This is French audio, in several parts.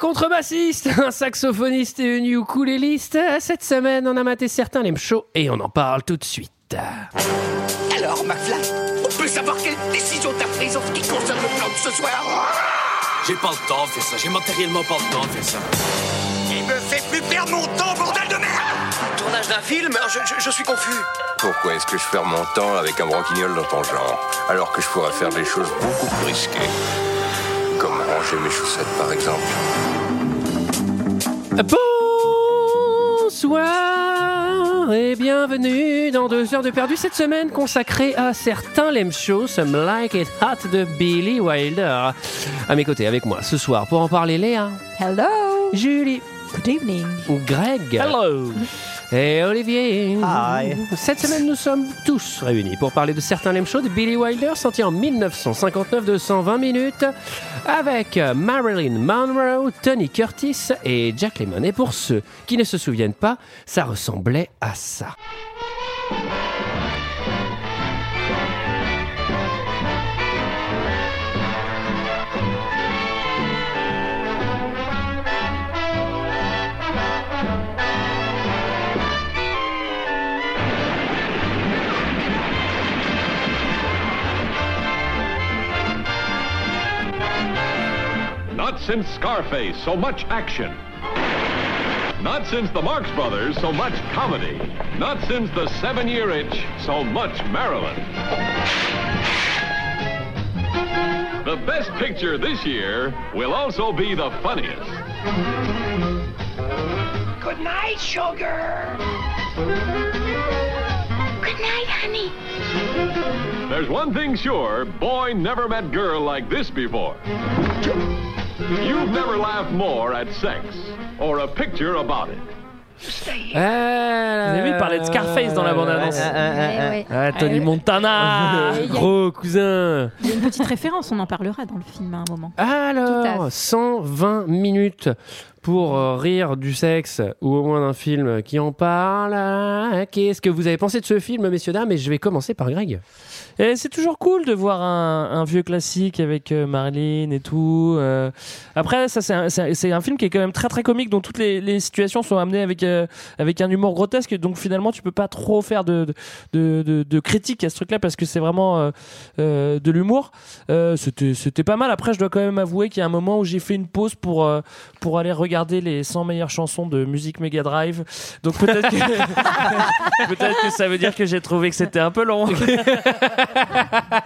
contrebassiste, un saxophoniste et une ukuléliste. Cette semaine, on a maté certains les shows et on en parle tout de suite. Alors, McFly, on peut savoir quelle décision t'as prise en ce qui concerne le plan de ce soir J'ai pas le temps de faire ça, j'ai matériellement pas le temps de faire ça. Il me fait plus perdre mon temps, bordel de merde Tournage d'un film je, je- je suis confus. Pourquoi est-ce que je perds mon temps avec un branquignol dans ton genre Alors que je pourrais faire des choses beaucoup plus risquées. Comme ranger mes chaussettes par exemple. Bonsoir et bienvenue dans deux heures de perdu cette semaine consacrée à certains lem shows Some Like It Hot de Billy Wilder. À mes côtés, avec moi ce soir pour en parler, Léa, Hello. Julie, Good evening. Greg Hello. et Eh, Olivier. Hi. Cette semaine, nous sommes tous réunis pour parler de certains lem shows de Billy Wilder, sorti en 1959 de 120 minutes, avec Marilyn Monroe, Tony Curtis et Jack Lemmon. Et pour ceux qui ne se souviennent pas, ça ressemblait à ça. Not since Scarface, so much action. Not since the Marx Brothers, so much comedy. Not since the Seven Year Itch, so much Maryland. The best picture this year will also be the funniest. Good night, sugar Good night, honey There's one thing sure boy never met girl like this before. You've never laughed more at sex or a picture about it. Vous avez avez vu, il parlait de Scarface dans la bande-annonce. Eh, ouais. Ah, Tony Euh, Montana euh, Gros cousin Il y a une petite référence, on en parlera dans le film à un moment. Tout à Alors, fait. 120 minutes pour euh, rire du sexe ou au moins d'un film qui en parle. Ah, Qu'est-ce que vous avez pensé de ce film, messieurs, dames Et je vais commencer par Greg. Et c'est toujours cool de voir un, un vieux classique avec euh, Marilyn et tout. euh. Après, ça c'est un, c'est un- c'est un film qui est quand même très très comique, dont toutes les, les situations sont amenées avec euh, avec un humour grotesque. Donc finalement, tu peux pas trop faire de de, de, de- de critique à ce truc-là parce que c'est vraiment euh, euh, de l'humour. Euh, c'était c'était pas mal. Après, je dois quand même avouer qu'il y a un moment où j'ai fait une pause pour euh, pour aller regarder les 100 meilleures chansons de musique Mega Drive. Donc peut-être que peut-être que ça veut dire que j'ai trouvé que c'était un peu long. Ah, bah,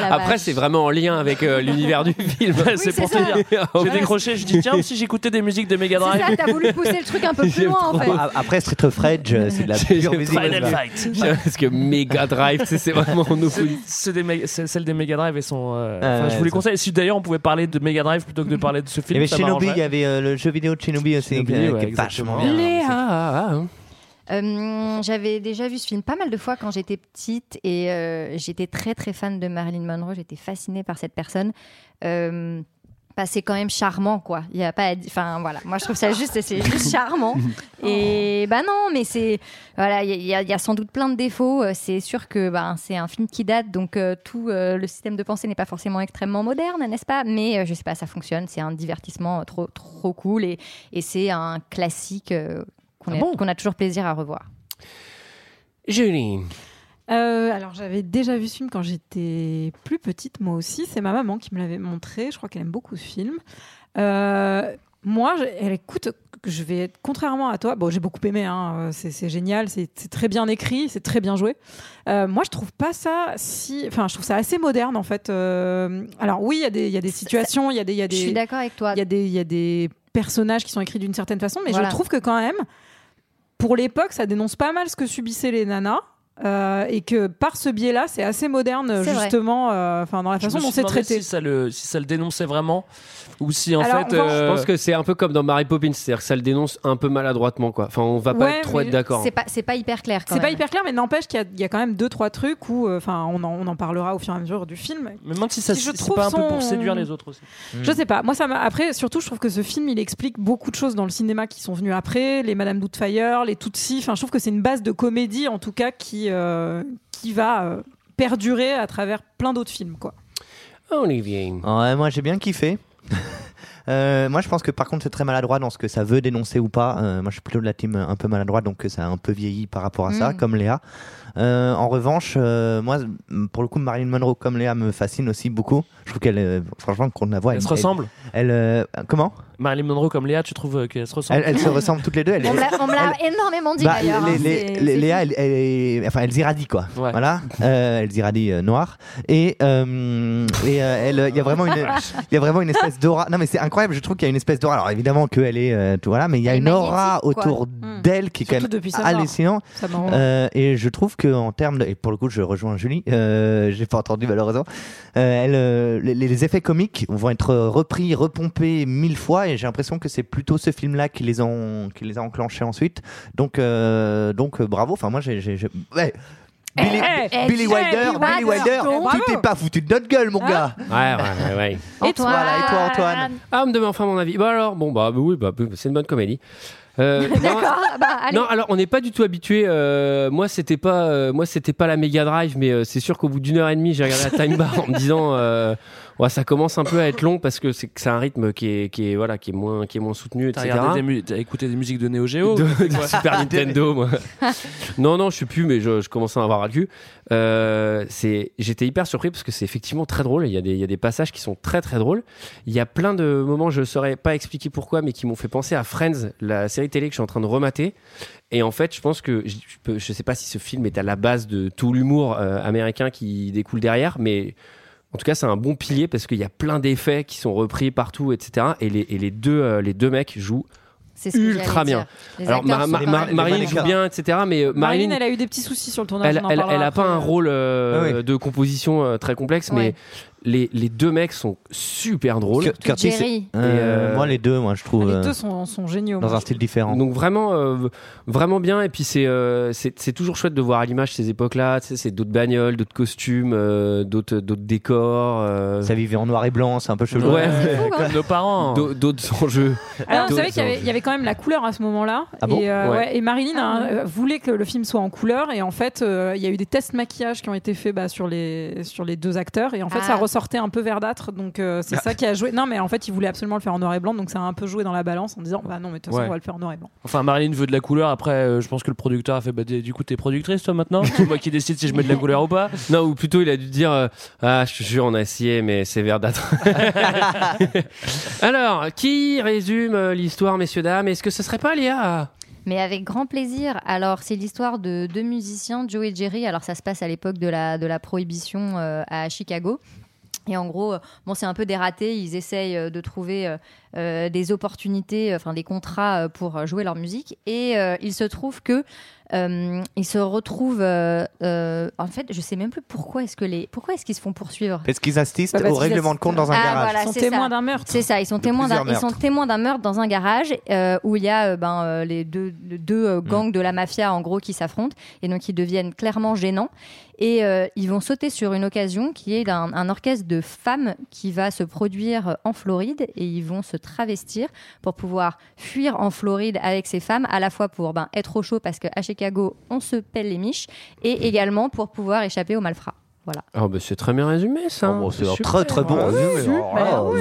la Après, vache. c'est vraiment en lien avec euh, l'univers du film. c'est c'est pour ça. te dire. J'ai décroché, je dis tiens, si j'écoutais des musiques de Mega C'est ça, Drive. t'as voulu pousser le truc un peu plus loin en fait. Ah, Après Street of Rage, euh, c'est de la J'ai- pure j'ai musique. Final Fight. Parce que Mega Drive, tu sais, c'est vraiment on nous fout. C'est des Meg- c'est- celles des Mega Drive et sont. euh, Ah, enfin, je ouais, vous les ça. conseille. Si d'ailleurs on pouvait parler de Mega Drive plutôt que de parler de ce Il y film, avait ça Shinobi, il y m'arrangerait. avait euh, le jeu vidéo de Shinobi aussi, Shinobi, qui est- ouais, qui est vachement exactement. bien. Léa Euh, J'avais déjà vu ce film pas mal de fois quand j'étais petite et euh, j'étais très très fan de Marilyn Monroe. J'étais fascinée par cette personne. Euh, bah, c'est quand même charmant quoi. Il y a pas, à di- enfin voilà. Moi je trouve ça juste, c'est juste charmant. Et bah non, mais c'est voilà, il y, a- il y a- il y a sans doute plein de défauts. Euh, C'est sûr que bah, c'est un film qui date, donc euh, tout euh, le système de pensée n'est pas forcément extrêmement moderne, n'est-ce pas Mais euh, je sais pas, ça fonctionne. C'est un divertissement euh, trop trop cool et, et c'est un classique. euh, qu'on Ah a- bon qu'on a toujours plaisir à revoir. Julie Euh, alors j'avais déjà vu ce film quand j'étais plus petite, moi aussi. C'est ma maman qui me l'avait montré. Je crois qu'elle aime beaucoup ce film. Euh, moi, je- elle écoute. Je vais être contrairement à toi. Bon, j'ai beaucoup aimé. hein, euh, c'est c'est génial. C'est c'est très bien écrit. C'est très bien joué. Euh, moi, je trouve pas ça si. Enfin, je trouve ça assez moderne en fait. Euh, alors oui, il y a des, il y a des situations. Il y a des, il y a Je suis des, d'accord avec toi. il y a des, il y a des personnages qui sont écrits d'une certaine façon, mais Voilà. je trouve que quand même, pour l'époque, ça dénonce pas mal ce que subissaient les nanas. euh, et que par ce biais-là, c'est assez moderne, C'est vrai. justement, euh, enfin dans la Je me façon suis dont c'est demandé traité. Si ça, le, si ça le dénonçait vraiment, ou si en Alors, fait. on va- euh, Je pense que c'est un peu comme dans Mary Poppins, c'est-à-dire que ça le dénonce un peu maladroitement, quoi. Enfin, on va pas Ouais, être trop mais être d'accord. C'est pas, c'est pas hyper clair quand C'est pas même. hyper clair, mais n'empêche qu'il y a- il y, a quand même deux, trois trucs où, euh, enfin, on, en, on en parlera au fur et à mesure du film. Me demande si ça Si je c'est trouve pas un peu son- pour séduire les autres aussi. Je sais pas. Moi, ça m'a. Après, surtout, je trouve que ce film, il explique beaucoup de choses dans le cinéma qui sont venues après, les Madame Doubtfire, les Tutsis. Enfin, je trouve que c'est une base de comédie, en tout cas, qui euh, qui va euh, perdurer à travers plein d'autres films, quoi. Olivier Ouais, moi j'ai bien kiffé. Euh, moi, je pense que par contre, c'est très maladroit dans ce que ça veut dénoncer ou pas. Euh, moi, je suis plutôt de la team un peu maladroit, donc que ça a un peu vieilli par rapport à ça, Mm. comme Léa. Euh, en revanche, euh, moi, pour le coup, Marilyn Monroe, comme Léa, me fascine aussi beaucoup. Je trouve qu'elle, euh, franchement, qu'on la voit, Elles se ressemblent Elle, euh, comment Marilyn Monroe comme Léa, tu trouves euh, qu'elles se ressemblent Elles, elles se ressemblent toutes les deux. Elles, On me l'a- on me l'a énormément dit Bah, d'ailleurs. les- hein, les- c'est- les- c'est Léa, fou. elle, elle est- enfin, elles irradient quoi. Voilà, Euh, elles irradient euh, noir. Et euh, et euh, elle, il y a vraiment une, il y a vraiment une espèce d'aura. Non mais c'est incroyable. Je trouve qu'il y a une espèce d'aura. Alors évidemment qu'elle est, euh, tout voilà, mais il y a une aura magnétique, quoi. Hmm. autour d'elle qui est quand Surtout même depuis sa mort. hallucinante. Sa mort. Euh, et je trouve que en termes de, et pour le coup, je rejoins Julie. euh, J'ai pas entendu malheureusement. Euh, elle, euh, les, les effets comiques vont être repris, repompés mille fois, et j'ai l'impression que c'est plutôt ce film-là qui les ont, qui les a enclenchés ensuite. Donc, euh, donc euh, bravo. Enfin, moi, j'ai, j'ai- j'ai- ouais. Billy, eh, Billy eh, Billy Wilder, Billy Wilder, Bah, Wilder, donc. tu t'es pas foutu de notre gueule, mon gars. Ouais, ouais, ouais. ouais. Antoine. Voilà, et toi, Antoine Ah, me demande enfin mon avis. Bah alors, bon, bah oui, bah, c'est une bonne comédie. Euh, non, D'accord, bah, allez. Non, alors on n'est pas du tout habitué. euh, moi, c'était pas, euh, moi, c'était pas la Mega Drive, mais euh, c'est sûr qu'au bout d'une heure et demie, j'ai regardé la Time Bar en me disant, euh, ouais, ça commence un peu à être long parce que c'est que c'est un rythme qui est, qui est, voilà, qui est moins, qui est moins soutenu, T'as etc. regardé des mu- t'as écouté des musiques de Neo Geo De, de Super Nintendo, moi. non, non, je suis plus, mais je, je commence à en avoir ras le cul. Euh, c'est- J'étais hyper surpris parce que c'est effectivement très drôle. Il y, a des, il y a des passages qui sont très très drôles. Il y a plein de moments, je ne saurais pas expliquer pourquoi, mais qui m'ont fait penser à Friends, la série télé que je suis en train de remater. Et en fait, je pense que je ne sais pas si ce film est à la base de tout l'humour euh, américain qui découle derrière, mais en tout cas, c'est un bon pilier parce qu'il y a plein d'effets qui sont repris partout, etc. Et les, et les deux, euh, les deux mecs jouent C'est ce que ultra j'allais dire. bien. Les Alors, acteurs Mar- sont Mar- quand Mar- même- Marilyn joue bien, etc. Mais euh, Marine, Marilyn, elle a eu des petits soucis sur le tournage. elle, on en elle, parlera elle a après. pas un rôle euh, Ah oui. de composition euh, très complexe, mais Ouais. les, les deux mecs sont super drôles. Surtout Curtis, Jerry. Et, euh, moi, les deux, moi, je trouve. Les euh, deux sont, sont géniaux. dans moi, un style différent. Donc vraiment, euh, vraiment bien. Et puis c'est euh, c'est c'est toujours chouette de voir à l'image ces époques-là. Tu sais, c'est d'autres bagnoles, d'autres costumes, euh, d'autres d'autres décors. euh, Ça vivait en noir et blanc, c'est un peu chelou. Ouais, C'est fou, hein. nos parents. D'autres enjeux. Alors, vous D'autres savez qu'il y, avait- enjeux. il y avait quand même la couleur à ce moment-là. Ah bon et, euh, Ouais. ouais, et Marilyn hein, euh, voulait que le film soit en couleur. Et en fait, euh, il y a eu des tests maquillage qui ont été faits bah, sur, les, sur les deux acteurs. Et en fait, Ah. ça ressortait un peu verdâtre. Donc, euh, c'est Ah. ça qui a joué. Non, mais en fait, il voulait absolument le faire en noir et blanc. Donc, ça a un peu joué dans la balance en disant Bah non, mais de toute façon, Ouais. on va le faire en noir et blanc. Enfin, Marilyn veut de la couleur. Après, euh, je pense que le producteur a fait bah, du coup, t'es productrice toi maintenant C'est moi qui décide si je mets de la couleur ou pas. Non, ou plutôt il a dû dire euh, Ah, je te jure en acier, mais c'est verdâtre. Alors, qui résume euh, l'histoire, messieurs, dames Est-ce que ce serait pas Léa Mais avec grand plaisir. Alors, c'est l'histoire de deux musiciens, Joe et Jerry. Alors, ça se passe à l'époque de la, de la prohibition euh, à Chicago. Et en gros, euh, bon, c'est un peu dératé. Ils essayent euh, de trouver euh, euh, des opportunités, euh, enfin des contrats euh, pour euh, jouer leur musique. Et euh, il se trouve que euh, ils se retrouvent. euh, euh, en fait, je sais même plus pourquoi est-ce que les, pourquoi est-ce qu'ils se font poursuivre Parce qu'ils assistent Bah, parce au qu'ils règlement de compte dans un ah, garage. voilà, c'est ça. C'est ça, ils sont, témoins d'un, plusieurs ils sont meurtres. témoins d'un meurtre dans un garage euh, où il y a euh, ben, euh, les deux, les deux Mm. euh, gangs de la mafia en gros qui s'affrontent et donc ils deviennent clairement gênants. Et euh, ils vont sauter sur une occasion qui est d'un un orchestre de femmes qui va se produire euh, en Floride et ils vont se travestir pour pouvoir fuir en Floride avec ces femmes, à la fois pour ben, être au chaud parce qu'à Chicago on se pèle les miches et également pour pouvoir échapper aux malfrats. Voilà. Oh, bah, c'est très bien résumé ça. Ah, hein. Oh, c'est un très, très bon résumé. Alors hein.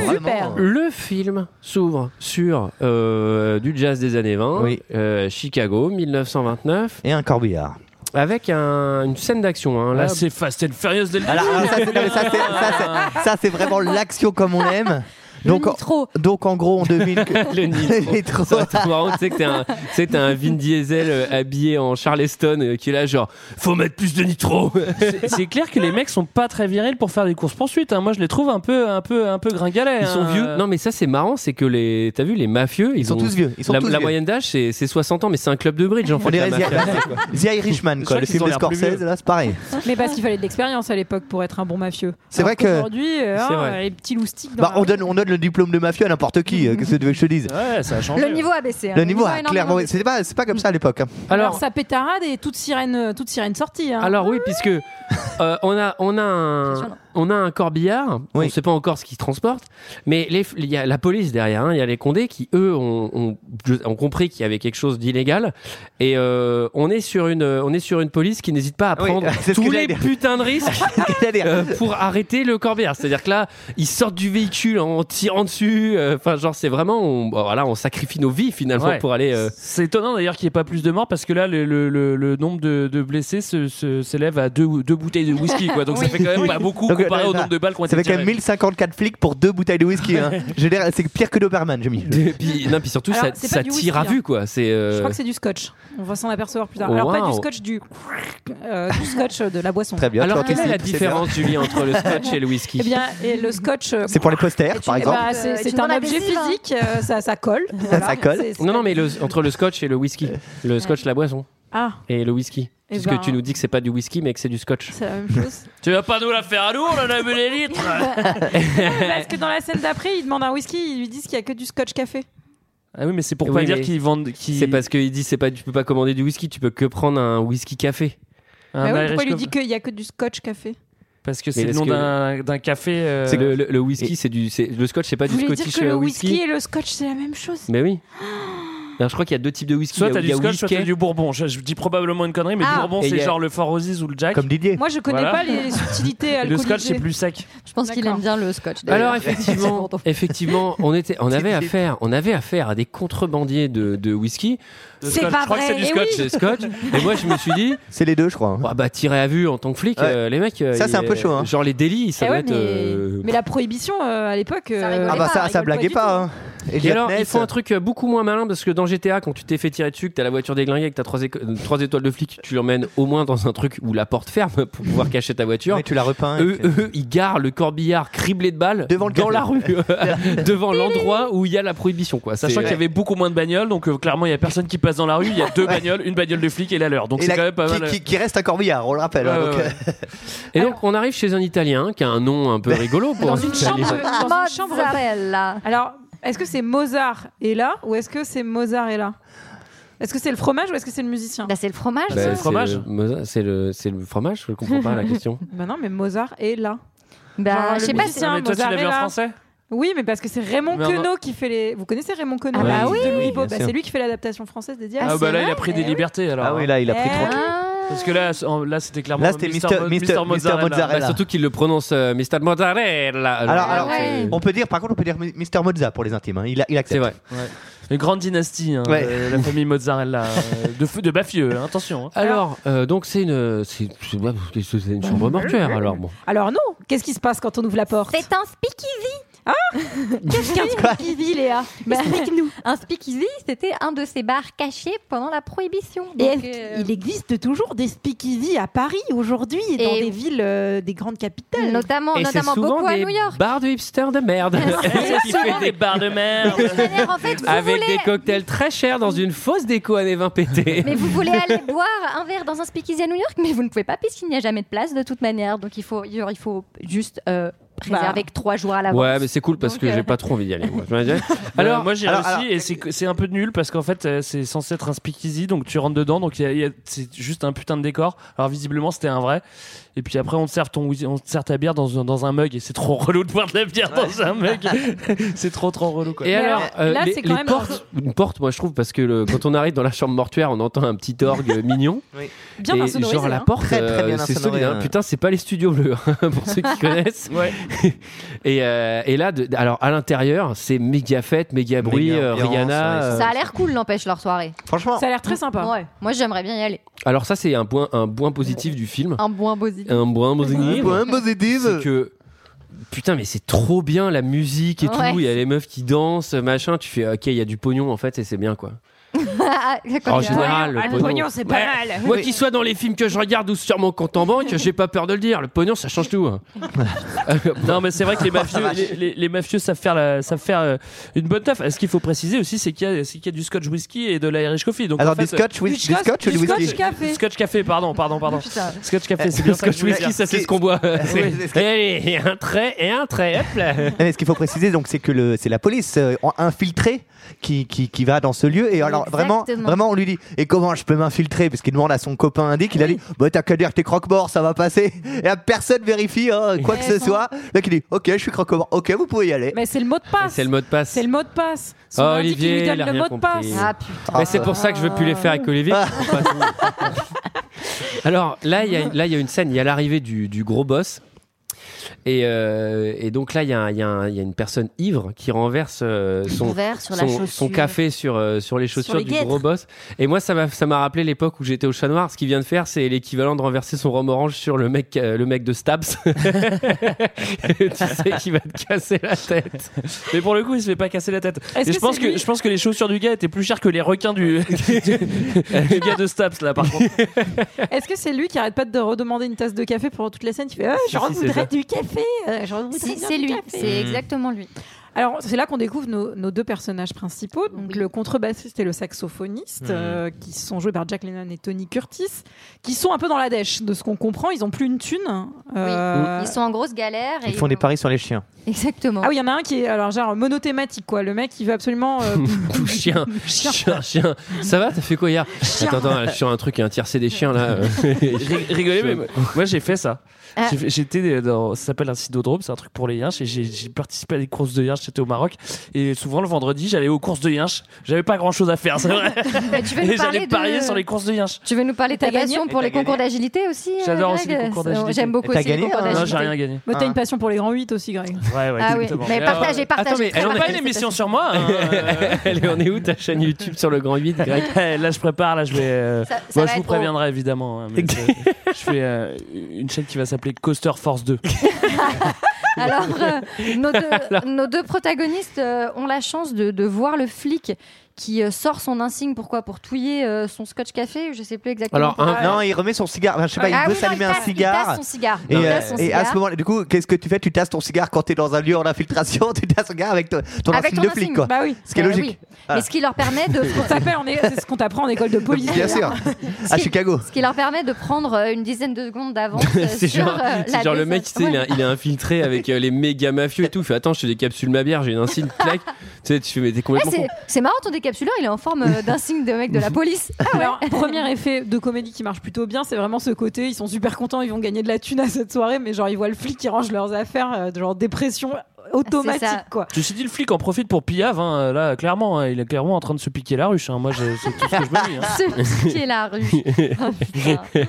là, vraiment. Le film s'ouvre sur euh, du jazz des années 20, Oui. euh, Chicago 1929. Et un corbillard. Ah, Avec un- une scène d'action. Hein, là, Là, c'est Fast and Furious de Alors, alors, ça, c'est- non, mais ça, c'est- ça, c'est- ça, c'est vraiment l'action comme on aime. Donc, en, donc, en gros, on devine que le nitro. Ça va être marrant, tu sais que t'es un, tu sais que t'es un Vin Diesel euh, habillé en Charleston euh, qui est là genre faut mettre plus de nitro. C'est- C'est clair que les mecs sont pas très virils pour faire des courses poursuites. hein. Moi, je les trouve un peu, un peu, un peu gringalets. Ils sont hein. vieux. Non mais ça c'est marrant, c'est que les t'as vu les mafieux ils, sont ont- tous vieux, ils sont la, tous la vieux. moyenne d'âge c'est c'est 60 ans mais c'est un club de bridge en on fait. dirait la The, mafia. The Irishman, Je quoi, crois le qu'ils film ont de l'air plus Scorsese, vieux. là, c'est pareil. Mais parce qu'il fallait de l'expérience à l'époque pour être un bon mafieux. C'est Alors vrai que- qu'aujourd'hui, euh, C'est hein, vrai. les petits loustiques. dans Bah, la on, rue. donne, on donne le diplôme de mafieux à n'importe qui, euh, qu'est-ce que tu veux que je te dise Ouais, ça a Le niveau a baissé. hein. Le niveau, a énormément clairement. baissé. C'est pas, c'est pas comme ça à l'époque. hein. Alors, ça pétarade et toute sirène, toute sirène sortie. hein. Alors oui puisque euh, on a on a un, on a un corbillard, on ne sait pas encore ce qu'il transporte, mais les- il y a la police derrière, hein, il y a les Condés qui, eux, ont, ont- ont compris qu'il y avait quelque chose d'illégal, et euh, on, est sur une, on est sur une police qui n'hésite pas à Oui, prendre c'est ce que tous les j'allais dire. putains de risques euh, pour arrêter le corbillard. C'est-à-dire que là, ils sortent du véhicule en tirant dessus, euh, enfin, genre, c'est vraiment, on, bon, voilà, on sacrifie nos vies finalement Ouais. pour aller... euh, C'est étonnant d'ailleurs qu'il n'y ait pas plus de morts parce que là, le, le- le- le nombre de, de blessés se- se- s'élève à deux, deux bouteilles de whisky. Quoi. Donc ça fait quand même pas beaucoup Donc, comparé euh, au nombre de balles qu'on a Ça fait quand même tirées. 1054 flics pour deux bouteilles de whisky. hein. Je veux dire, c'est pire que Doberman, j'ai mis. Et puis, non, puis surtout, Alors, ça, c'est ça pas du whisky, tire à hein. vue, quoi. C'est, euh, Je crois que c'est du scotch. On va s'en apercevoir plus tard. Oh, Alors, pas waouh. du scotch, du, euh, du scotch de la boisson. Très bien, Alors, tu quelle est la anticipes, c'est différence, bien. Julie, entre le scotch et le whisky Eh bien, et le scotch. euh, C'est pour les posters, par eh exemple. ben, c'est- Euh, c'est tu un demandes objet adhésif, hein. physique, euh, ça, ça colle. voilà. Ça colle. C'est- c'est- Non, non, mais le- entre le scotch et le whisky. Le scotch, la boisson. Ah, Et le whisky. Eh Parce ben- que tu nous dis que c'est pas du whisky, mais que c'est du scotch. c'est la même chose. Tu vas pas nous la faire à nous, on en a bu des litres Parce que dans la scène d'après, il demande un whisky, ils lui disent qu'il n'y a que du scotch café. Ah oui, mais c'est pour Oui, pas dire mais qu'ils vendent. qu'ils- C'est parce qu'il dit c'est pas, tu peux pas commander du whisky, tu peux que prendre un whisky café. un Bah oui, Irish pourquoi il lui coffee. dit qu'il n'y a que du scotch café Parce que c'est Mais le est-ce nom que- d'un d'un café. euh, C'est le, le- le whisky, c'est du, c'est- le scotch, c'est pas Vous du voulez scottish dire que le euh, whisky, et le scotch, c'est la même chose Mais oui. Alors, je crois qu'il y a deux types de whisky. Soit Il y a- t'as il y du a scotch, soit whisky- t'as du bourbon. Je, je dis probablement une connerie, mais Ah. le bourbon, Et c'est y a- genre le Four Roses ou le Jack. Comme Didier. Moi, je connais Voilà. pas les subtilités le alcoolisées. scotch, c'est plus sec. Je pense qu'il D'accord. aime bien le scotch. d'ailleurs. Alors effectivement, effectivement, on était, on avait affaire, on avait affaire à des contrebandiers de, de whisky, Le C'est scotch. pas je crois vrai, que c'est eh du scotch. de scotch. Et moi, je me suis dit, C'est les deux, je crois. hein. Bah, bah tirer à vue en tant que flic, Ouais. euh, les mecs. euh, Ça, c'est il- un peu chaud, hein. Genre les délits, ça Eh doit ouais, être. mais... euh, mais la prohibition euh, à l'époque. euh, rigolait Ah bah ça, ça rigole blaguait du pas. hein. Et Elliot alors, ils Ness. font un truc euh, beaucoup moins malin parce que dans GTA, quand tu t'es fait tirer dessus, que t'as la voiture déglinguée, que t'as trois, éco- euh, trois étoiles de flic, tu l'emmènes au moins dans un truc où la porte ferme pour pouvoir cacher ta voiture. Oui, tu l'as repeint. Eux, eux, ils garent le corbillard criblé de balles Devant le dans café. la rue, euh, devant l'endroit où il y a la prohibition, quoi. Sachant Sachant qu'il qu'il y avait beaucoup moins de bagnoles, donc euh, clairement il y a personne qui passe dans la rue. Il y a deux bagnoles, une bagnole de flic et la leur. Donc Et c'est la- quand même pas qui, mal. qui- qui reste un corbillard, on le rappelle. hein, Ouais, donc, ouais, euh, Et donc, on arrive chez un Italien qui a un nom un peu rigolo pour Dans un une Italien. chambre. dans une chambre- Ah, Mozzarella. tout. Alors, est-ce que c'est Mozart et là ou est-ce que c'est Mozart et là Est-ce que c'est le fromage ou est-ce que c'est le musicien Là, c'est le fromage. Bah, C'est le c'est fromage le moza- C'est le, c'est le fromage Je comprends pas la question. Bah non, mais Mozart et là. Bah, Genre, je le sais pas. musicien. c'est- Ah, mais toi tu l'as vu en Mozzarella. français Oui, mais parce que c'est Raymond Mais en- Queneau qui fait les. Vous connaissez Raymond Queneau Ah bah le oui. fils de Louis Oui, Beau. bien Bah, sûr. c'est lui qui fait l'adaptation française des diables. Ah bah là il a pris vrai, des eh oui. libertés alors. hein. Ah oui, là, il a Eh. pris tranquille. Ah. Parce que là, c'est- en- là c'était clairement. Là, c'était Mister Mister- Mo- Mister- Mister Mister Mozzarella. Bah, surtout qu'il le prononce euh, Mr. Mozzarella. Alors, alors, ouais. On peut dire, par contre, on peut dire Mister Mozza pour les intimes. hein. Il, a- il accepte. C'est vrai. Une grande dynastie, hein, Ouais. euh, la famille Mozzarella. euh, de, fou- de Baffieux, hein, attention. hein. Alors, euh, donc c'est une, c'est c'est- bah, qu'est-ce que c'est, une chambre mortuaire. Alors bon. Alors non, qu'est-ce qui se passe quand on ouvre la porte C'est un speakeasy. Qu'est-ce qu'un speakeasy, Léa Bah, Explique-nous. Bah, Un speakeasy, c'était un de ces bars cachés pendant la prohibition. Et Donc, est-ce euh, qu'il existe toujours des speakeasy à Paris aujourd'hui et dans Et- des villes euh, des grandes capitales notamment, Et c'est notamment souvent beaucoup à des New York. bars de hipsters de merde. Qui fait des barres de merde. Partenaire, en fait, vous Avec voulez- des cocktails très chers dans une fausse déco années 20 pété. Mais vous voulez aller boire un verre dans un speakeasy à New York, mais vous ne pouvez pas puisqu'il n'y a jamais de place de toute manière. Donc il faut, il faut juste euh, réserver que trois jours à l'avance. Ouais, mais c'est cool parce Donc, que euh, j'ai pas trop envie d'y aller. moi. Alors, Alors, moi j'ai alors, réussi et c'est que- c'est un peu nul parce qu'en fait euh, c'est censé être un speakeasy donc tu rentres dedans donc il y a- il y a- c'est juste un putain de décor. Alors visiblement c'était un vrai. Et puis après on te sert ton whisky- on te sert ta bière dans, un- dans un mug et c'est trop relou de boire de la bière dans un mug. c'est trop trop relou quoi. Et alors, alors, euh, là, les, c'est quand les même un portes, une porte, moi je trouve, parce que le- quand on arrive dans la chambre mortuaire, on entend un petit orgue mignon. Bien et insonorisé. genre la hein. porte, Très, très euh, bien c'est insonoré, solide. hein. hein. Putain, c'est pas les studios bleus hein, pour ceux qui connaissent. Ouais. Et, euh, et là, de- alors à l'intérieur, c'est méga fête, méga bruit, Méga euh, ambiance, Rihanna. ouais, euh, Ça a l'air cool, n'empêche leur soirée. Franchement, Ça a l'air très sympa. Ouais. Moi, j'aimerais bien y aller. euh, Alors ça, c'est un point, un point positif du film. Un bon positif. Un point un positif, point positif. c'est que putain, mais c'est trop bien la musique et Ouais. tout. Il y a les meufs qui dansent, machin. Tu fais ok, il y a du pognon en fait et c'est bien quoi. Ah, Ah, En général, Ah, le pognon, c'est Ouais. Moi qui soit dans les films que je regarde ou sur mon compte en banque, j'ai pas peur de le dire. Le pognon, ça change tout. hein. Non, mais c'est vrai que les mafieux, vache. les, les- les mafieux savent faire, la- savent faire euh, une bonne taf. Ce qu'il faut préciser aussi, c'est qu'il y, a- c'est qu'il y a du scotch whisky et de l'Irish coffee. Donc, Alors, en fait, du scotch, oui, Du du scotch ou du du scotch whisky euh, café. Scotch café, pardon, pardon, pardon. Scotch café, c'est bien Le ça que scotch je voulais dire. whisky, ça c'est ce qu'on boit. C'est- Allez, un trait et un trait. Hop là. Ah, Non, mais ce qu'il faut préciser, donc, c'est que le- c'est la police euh, infiltrée qui, qui, qui va dans ce lieu. Et alors, Genre vraiment, Exactement. vraiment, on lui dit Et comment je peux m'infiltrer Parce qu'il demande à son copain indique. Il a dit Bah, t'as qu'à dire que t'es croque-mort, ça va passer. Et là, personne vérifie hein, quoi que Ouais, ce sans- soit. Là, il dit Ok, je suis croque-mort. Ok, vous pouvez y aller. Mais c'est le mot de passe. C'est le mot de passe. Ah, C'est le mot de passe. Son Ah, Oh, indique, il Olivier, lui il a donne le rien mot de passe. compris. Ah, Mais c'est pour ça que je veux plus les faire avec Olivier. Alors là, il y a, là, il y a une scène, il y a l'arrivée du, du gros boss. Et, euh, et donc là, il y, a un- il y a un- il y a une personne ivre qui renverse euh, son, verre sur la son- chaussure. son café sur, euh, sur les chaussures Sur les du gros guêtres. boss. Et moi, ça m'a ça m'a rappelé l'époque où j'étais au chat noir. Ce qu'il vient de faire, c'est l'équivalent de renverser son rhum orange sur le mec, euh, le mec de Stabs. tu sais qu'il va te casser la tête. Mais pour le coup, il se fait pas casser la tête. Est-ce que Et je pense c'est que lui je pense que les chaussures du gars étaient plus chères que les requins du, du gars de Staps là par contre. Est-ce que c'est lui qui arrête pas de redemander une tasse de café pendant toute la scène Qui fait Ah, Si, Je si, c'est ça. revoudrais du café euh, Je revoudrais Si, bien c'est du lui. café. C'est exactement lui. Alors, c'est là qu'on découvre nos, nos deux personnages principaux, donc le contrebassiste et le saxophoniste, Mmh. Mhm. euh, qui sont joués par Jack Lennon et Tony Curtis, qui sont un peu dans la dèche, de ce qu'on comprend. Ils ont plus une thune. euh, Ils sont en grosse galère. Et Ils font des paris sur les chiens. Exactement. Ah oui, il y en a un qui est alors genre monothématique quoi. Le mec, il veut absolument. euh, Tout chien, chien, chien. Ça va, t'as fait quoi hier Attends, attends, là, je suis sur un truc, il y a un tiercé des chiens là. euh, Rig- Rigolez, mais moi- moi j'ai fait ça. Ah. J'ai fait- J'étais dans, ça s'appelle un sidodrome, c'est un truc pour les yinches. Et j'ai- j'ai participé à des courses de yinches, j'étais au Maroc. Et souvent le vendredi, j'allais aux courses de yinches. J'avais pas grand chose à faire, c'est vrai. Mais bah, tu veux nous Et parler j'allais de- parier sur les courses de yinches. Tu veux nous parler de Et ta t'as gagné passion Et pour t'as les gagné concours d'agilité aussi euh, J'adore aussi les Greg concours d'agilité. J'aime beaucoup Et t'as aussi les gagné, concours Ah, hein d'agilité. Non, j'ai rien gagné. Bah, t'as Ah. une passion pour les grands 8 aussi, Greg. Ouais, ouais, Ah oui, exactement. Euh, mais partagez, partagez. Attends, mais elle en a pas une émission sur moi. hein. Elle est- on est où ta chaîne YouTube sur le Grand 8, Greg Eh, Là, je prépare, là, je vais. euh, Ça- ça va moi, je vous être gros. préviendrai évidemment. hein, mais je, je fais euh, une chaîne qui va s'appeler Coaster Force 2. Alors, euh, nos, deux, Alors. nos deux protagonistes euh, ont la chance de, de voir le flic qui euh, sort son insigne, pourquoi Pour touiller euh, son scotch café, je sais plus exactement. Alors, pourquoi. un- non, il remet son cigare. Enfin, je sais pas, il Ah veut oui, non, s'allumer un tasse- il cigare. tasse son cigare. Et, Il euh, tasse son et à cigare. ce moment-là, du coup, qu'est-ce que tu fais Tu tasses ton cigare quand t'es dans un lieu en infiltration, tu tasses ton cigare avec ton, ton Avec insigne ton de flic, insigne, quoi. bah oui. Ce qui est Bah logique. oui. Ah. Mais ce qui leur permet de. On s'appelle, on est- c'est ce qu'on t'apprend en école de police. Bien sûr, à Chicago. Ce qui leur permet de prendre euh, une dizaine de secondes d'avance. euh, C'est sur, genre, euh, c'est la genre le deuxième- mec, tu sais, il, est, il est infiltré avec euh, les méga mafieux et tout. Il fait Attends, je te décapsule ma bière, j'ai une insigne, claque. tu sais, tu fais Mais t'es Eh, complètement c'est- con. c'est marrant, ton décapsuleur, il est en forme euh, d'insigne de mec de la police. Alors, premier effet de comédie qui marche plutôt bien, c'est vraiment ce côté. Ils sont super contents, ils vont gagner de la thune à cette soirée, mais genre ils voient le flic qui range leurs affaires, euh, de genre dépression automatique ça. quoi. Je me suis dit, le flic en profite pour Piave. hein, euh, là, clairement, hein, il est clairement en train de se piquer la ruche. hein. Moi, je- c'est tout ce que je me dis. hein. Ce qui est la rue. Oh,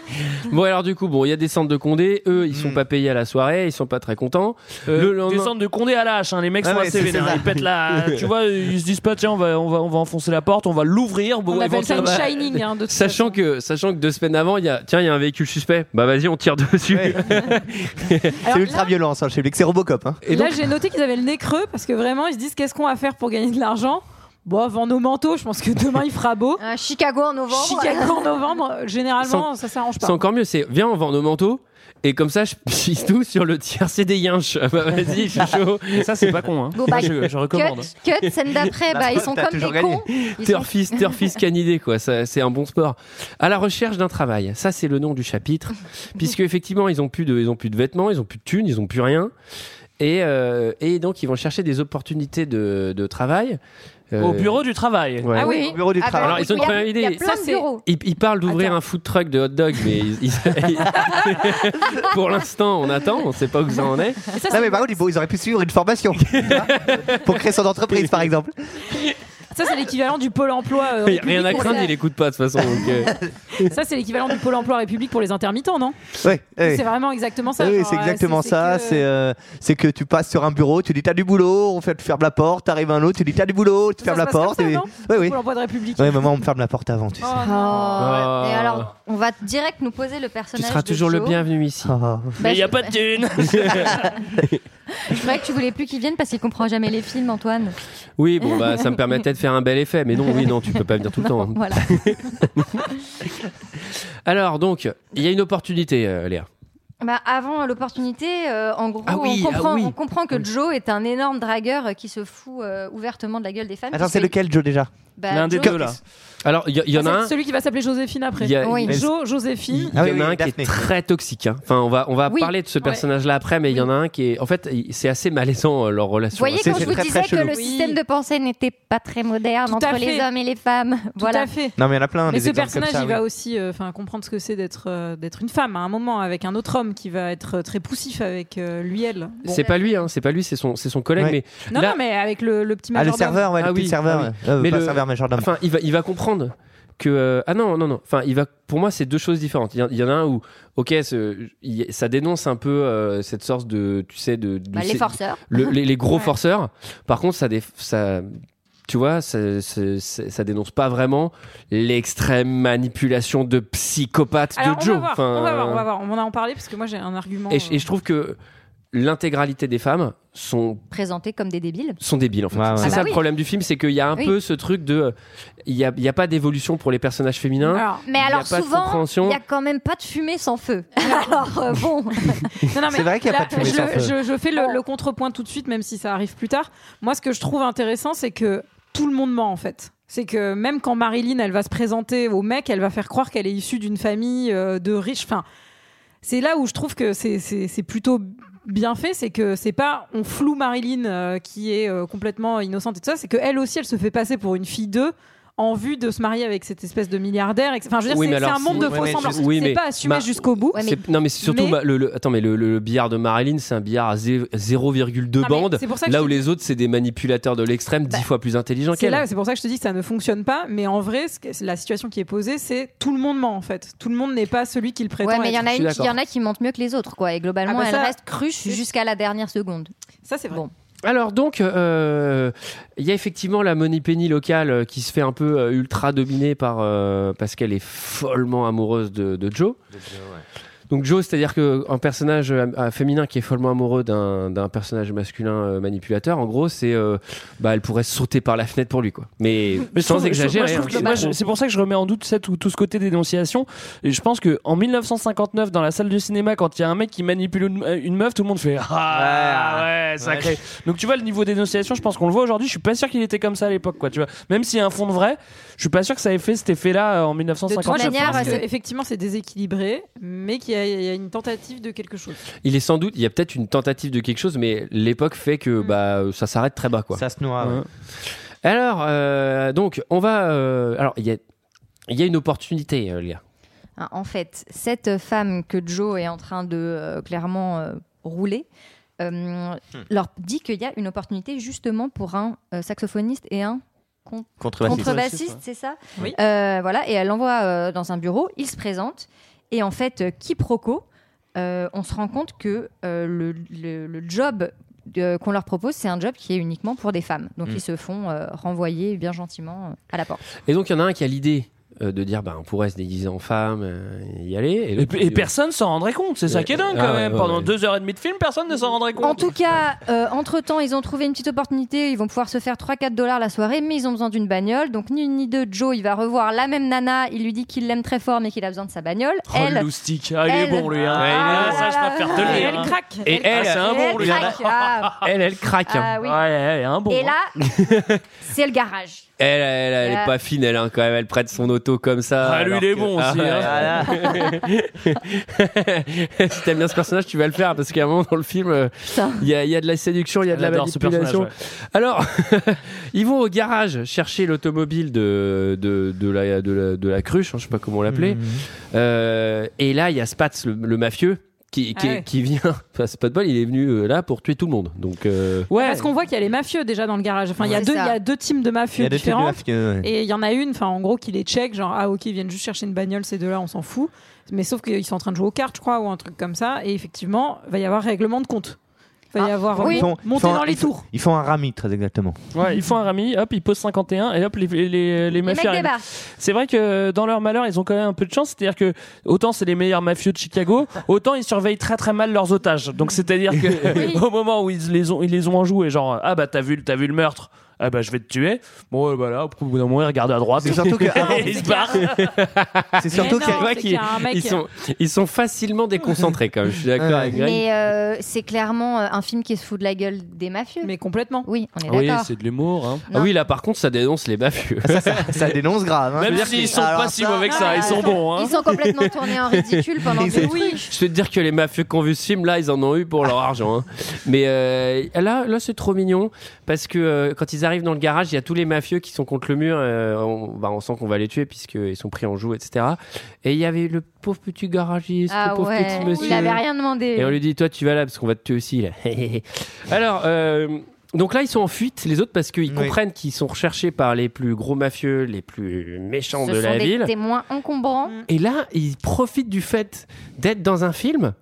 bon, alors du coup, bon, il y a des centres de Condé. Eux, ils sont Hmm. pas payés à la soirée, ils sont pas très contents. Euh, le lendemain. Euh, Descendre de Condé à lâche, hein, les mecs Ah sont ouais, assez c'est vénères. ça. Ils pètent la. Tu vois, ils se disent pas, tiens, on va, on va, on va enfoncer la porte, on va l'ouvrir. On appelle ça une Bah, shining. hein, de toute Sachant que, sachant que deux semaines avant, il y a tiens, il y a un véhicule suspect. Bah vas-y, on tire dessus. C'est ultra violent, ça, chez Blix. C'est Robocop. Hein. Et là, j'ai noté qu'ils avaient le nez creux parce que vraiment, ils se disent qu'est-ce qu'on va faire pour gagner de l'argent Bon, vend nos manteaux, je pense que demain il fera beau. Euh, Chicago en novembre. Chicago en novembre, euh, Sans- généralement, ça s'arrange pas. C'est encore mieux, c'est viens, on vend nos manteaux. Et comme ça, je pisse tout sur le tiercé des yinches. Ah Bah vas-y, je suis chaud. ça, c'est pas con. Hein. Bon, bah, je, je recommande. Cut, hein. cut, scène d'après, bah, ils sont comme des cons. Ils sont- Turfis, Turfis canidé, quoi. Ça, C'est un bon sport. À la recherche d'un travail. Ça, c'est le nom du chapitre. Puisque, effectivement, ils ont plus de, ils ont plus de vêtements, ils ont plus de thunes, ils ont plus rien. Et, euh, et donc, ils vont chercher des opportunités de, de travail. Euh, Au bureau du travail. Ouais. Ah oui. Au bureau du Ah bah, travail. alors, ils ont une Il y a- première idée. il y a plein Ça, de c'est- bureaux. Ils, ils parlent d'ouvrir un food truck de hot dog, mais ils- ils- pour l'instant, on attend, on sait pas où ça en est. non, mais par contre, ils- bon, ils auraient pu suivre une formation tu vois, pour créer son entreprise, par exemple. Ça, c'est l'équivalent du pôle emploi. euh, Rien à République. craindre, il écoute pas de toute façon. donc, euh. Ça, c'est l'équivalent du pôle emploi République pour les intermittents, non Ouais, ouais. C'est vraiment exactement ça. oui, genre, c'est euh, exactement ça. que- C'est euh, c'est que tu passes sur un bureau, tu dis t'as du boulot, on fait te ferme la porte, t'arrives un autre, tu dis t'as du boulot, tu fermes se la passe comme porte. ça, et- non Ouais, oui. Pôle emploi de République. Ouais, mais moi on me ferme la porte avant, tu sais. Oh. Et Oh. alors, on va direct nous poser le personnage. de Joe. bienvenu ici. Bah, Mais il n'y a je- pas de thune. Je croyais que tu voulais plus qu'il vienne parce qu'il comprend jamais les films, Antoine. Oui, bon, bah, ça me permettait de faire un bel effet, mais non, oui, non, tu peux pas venir tout le temps. hein. Voilà. Alors, donc, il y a une opportunité, euh, Léa. Bah, avant l'opportunité, euh, en gros, Ah oui, on, comprend, ah oui. on comprend que Joe est un énorme dragueur euh, qui se fout euh, ouvertement de la gueule des femmes. Attends, c'est puisque- lequel, Joe, déjà Bah, L'un des Joe. deux, là. Alors, il y, il y en a Ah, un. c'est Celui qui va s'appeler Joséphine après. Il y a- Oui. Jo, Joséphine. Il y en a un qui est très toxique. hein. Enfin, on va, on va Oui. parler de ce personnage-là après, mais il y en a un qui est. En fait, il- c'est assez malaisant euh, leur relation. Vous voyez C'est- quand je c'est vous très, disais très que le chelou. système de pensée n'était pas très moderne Tout à entre les fait. hommes et les femmes. Tout voilà. à fait. Non, mais il y en a plein, Mais des ce exemples comme personnage, ça, il oui. va aussi euh, enfin, comprendre ce que c'est d'être euh, d'être une femme à un moment avec un autre homme qui va être euh, très poussif avec euh, lui, elle. Bon. C'est pas lui, hein, c'est pas lui, c'est son, c'est son collègue. Mais Non, là- non, mais avec le, le petit Ah, le majordome. serveur, ouais, le Ah petit oui, serveur, ah ouais. oui. Euh, Mais pas le- serveur, majordome. Enfin, il va, il va comprendre que euh, ah non non non. Enfin, il va. Pour moi, c'est deux choses différentes. Il y, en- il y en a un où ok, ce- il- ça dénonce un peu euh, cette sorte de tu sais de, de- Bah, les c'est- forceurs. le- les, les gros Ouais. forceurs. Par contre, ça déf- ça tu vois, ça, ça- ça- ça dénonce pas vraiment l'extrême manipulation de psychopathe Alors, de on, Joe. va voir, Enfin, on va voir, on va euh. voir. On va en parler parce que moi j'ai un argument. euh, Et, je- et je trouve que l'intégralité des femmes sont Présenté comme des débiles. sont débiles en fait. c'est Ah ça bah le oui. problème du film, c'est qu'il y a un Oui. peu ce truc de, euh, il n'y a, il y a pas d'évolution pour les personnages féminins. Il y mais a alors pas de souvent, il compréhension. n'y a quand même pas de fumée sans feu. Alors euh, Non, bon, non, mais C'est vrai qu'il y a là, pas de fumée je, sans feu. je- je fais le, le contrepoint tout de suite, même si ça arrive plus tard. Moi, ce que je trouve intéressant, c'est que tout le monde ment en fait. C'est que même quand Marilyn, elle va se présenter au mec, elle va faire croire qu'elle est issue d'une famille euh, de riches. Enfin, c'est là où je trouve que c'est- c'est c'est plutôt bien fait, c'est que c'est pas on floue Marilyn euh, qui est euh, complètement innocente et tout ça, c'est que elle aussi, elle se fait passer pour une fille d'eux en vue de se marier avec cette espèce de milliardaire. Enfin, je veux dire, Oui, c'est- mais c'est alors un monde si- de faux semblants. oui, c'est mais- pas assumé ma- jusqu'au bout. C'est- Non mais c'est surtout Mais- bah, le, le- attends mais le, le- le billard de Marilyn c'est un billard à zé- 0,2 Non, mais bandes c'est pour ça que là je où dis- les autres c'est des manipulateurs de l'extrême dix fois plus intelligents C'est qu'elle. là, c'est pour ça que je te dis que ça ne fonctionne pas. Mais en vrai, ce que- la situation qui est posée, c'est tout le monde ment en fait. Tout le monde n'est pas celui qu'il prétend. ouais, mais il y être. en a une qui, il y en a qui montent mieux que les autres, quoi. Et globalement, Ah bah elle ça- reste cruche jusqu'à la dernière seconde. Ça c'est vrai. Alors donc euh, il y a effectivement la moneypenny locale euh, qui se fait un peu euh, ultra dominée par euh, parce qu'elle est follement amoureuse de, de Joe. Donc Joe, c'est-à-dire que un personnage euh, euh, féminin qui est follement amoureux d'un d'un personnage masculin euh, manipulateur, en gros, c'est euh, bah elle pourrait sauter par la fenêtre pour lui quoi. Mais, Mais je sans trouve- je- moi, exagérer. je trouve hein. que- moi, je- c'est pour ça que je remets en doute cette- tout, tout ce côté dénonciation. Et je pense que en 1959, dans la salle de cinéma, quand il y a un mec qui manipule une, euh, une meuf, tout le monde fait ah ouais, sacré. Donc tu vois le niveau dénonciation, je pense qu'on le voit aujourd'hui. Je suis pas sûr qu'il était comme ça à l'époque, quoi. Tu vois, même s'il y a un fond de vrai, je suis pas sûr que ça ait fait cet effet-là euh, en De toute 1959. manière, euh, c'est- effectivement, c'est déséquilibré, mais qu'il y, a- il y a une tentative de quelque chose. Il est sans doute, il y a peut-être une tentative de quelque chose, mais l'époque fait que bah, ça s'arrête très bas. Quoi. Ça se noie. Alors, euh, donc, on va. euh, alors, il y a, il y a une opportunité, euh, Léa. Hein, En fait, cette femme que Joe est en train de euh, clairement euh, rouler Hmm. euh, leur dit qu'il y a une opportunité justement pour un euh, saxophoniste et un con- Contrebassiste. contrebassiste, Ouais. c'est ça Oui. Euh, Voilà, et elle l'envoie euh, dans un bureau, il se présente, et en fait, euh, quiproquo, euh, on se rend compte que euh, le, le- le job euh, qu'on leur propose, c'est un job qui est uniquement pour des femmes. Donc Mm. ils se font euh, renvoyer bien gentiment euh, à la porte. Et donc, il y en a un qui a l'idée euh, de dire bah, on pourrait se déguiser en femme, euh, et y aller. Et, l'autre Et qui dit, personne s'en rendrait compte, c'est ça Ouais. qui est dingue Ah quand ouais, même. ouais, Pendant ouais. deux heures et demie de film, personne ne s'en rendrait compte. En tout cas, euh, entre-temps, ils ont trouvé une petite opportunité. Ils vont pouvoir se faire 3-4 dollars la soirée, mais ils ont besoin d'une bagnole. Donc, ni une ni deux, Joe, il va revoir la même nana. Il lui dit qu'il l'aime très fort, mais qu'il a besoin de sa bagnole. Oh, le elle. loustic. Ah, il est elle- bon lui. Hein. Ouais, il est- Ah, ça, je préfère te le Et dire, elle hein. craque. Et elle, Ah, c'est un elle bon lui. craque, ah. Elle, elle craque. hein. Ah oui. Ouais, elle est un bon. Et là, c'est le garage. Elle, elle, elle est Ah. pas fine, elle, hein, quand même. Elle prête son auto comme ça. Ah, lui, alors il est que- bon Ah, aussi, ouais, hein. voilà. si t'aimes bien ce personnage, tu vas le faire parce qu'à un moment dans le film, euh, il y a, il y a de la séduction, il y a de la J'adore ce manipulation. personnage, Alors, ils vont au garage chercher l'automobile de, de, de la, de, la, de la cruche, hein, je sais pas comment on l'appelait. Euh, et là, il y a Spatz, le, le mafieux. Qui, qui, Ah ouais. qui vient, enfin, c'est pas de bol, il est venu euh, là pour tuer tout le monde. Donc, euh, Parce qu'on voit qu'il y a les mafieux déjà dans le garage. Enfin, il y a C'est deux, il y ça. a deux teams de Il y mafieux a deux types de différents. mafieux, ouais. Et il y en a une, enfin, en gros, qui les check, genre ah ok, ils viennent juste chercher une bagnole, ces deux-là, on s'en fout. Mais sauf qu'ils sont en train de jouer aux cartes, je crois, ou un truc comme ça. Et effectivement, va y avoir règlement de compte. Va y Ah. avoir euh, Ils font- monter ils font- dans les ils font- tours. Ils font un rami, très exactement. Ouais, ils font un rami, hop, ils posent 51 et hop, les, les, les, mafieux. mecs arrivent. débarquent. C'est vrai que dans leur malheur, ils ont quand même un peu de chance. C'est-à-dire que autant c'est les meilleurs mafieux de Chicago, autant ils surveillent très très mal leurs otages. Donc c'est-à-dire que au moment où ils les ont, ils les ont en joue et genre ah bah t'as vu, t'as vu le meurtre. ah bah je vais te tuer. Bon, euh, bah là, au bout d'un moment, il regarde à droite. C'est surtout que- Ah, il se c'est barre. C'est surtout Mais non, c'est qu'il y a un mec- ils sont, ils sont facilement déconcentrés quand même. Je suis d'accord avec Greg. Mais euh, c'est clairement euh, un film qui se fout de la gueule des mafieux. Mais complètement. Oui, on est Oui, d'accord. c'est de l'humour. Ah oui, là par contre, ça dénonce les mafieux. Ça, dénonce grave. hein. Je Même veux dire s'ils que- sont alors pas si ça- mauvais que ça, Ah, ils sont bons. hein. Ils sont complètement tournés en ridicule pendant Ils- deux trucs. Je peux te dire que les mafieux qui ont vu ce film là, ils en ont eu pour leur argent. hein. Mais euh, là, là c'est trop mignon parce que euh, quand ils arrivent dans le garage, il y a tous les mafieux qui sont contre le mur. euh, on, bah, on sent qu'on va les tuer puisqu'ils sont pris en joue, etc. Et il y avait le pauvre petit garagiste, Ah le pauvre ouais, petit il monsieur. avait rien demandé. Et on lui dit Toi, tu vas là parce qu'on va te tuer aussi. Là. Alors. euh, donc là, ils sont en fuite, les autres, parce qu'ils Oui. comprennent qu'ils sont recherchés par les plus gros mafieux, les plus méchants Ce de sont la des ville. témoins encombrants. Et là, il profite du fait d'être dans un film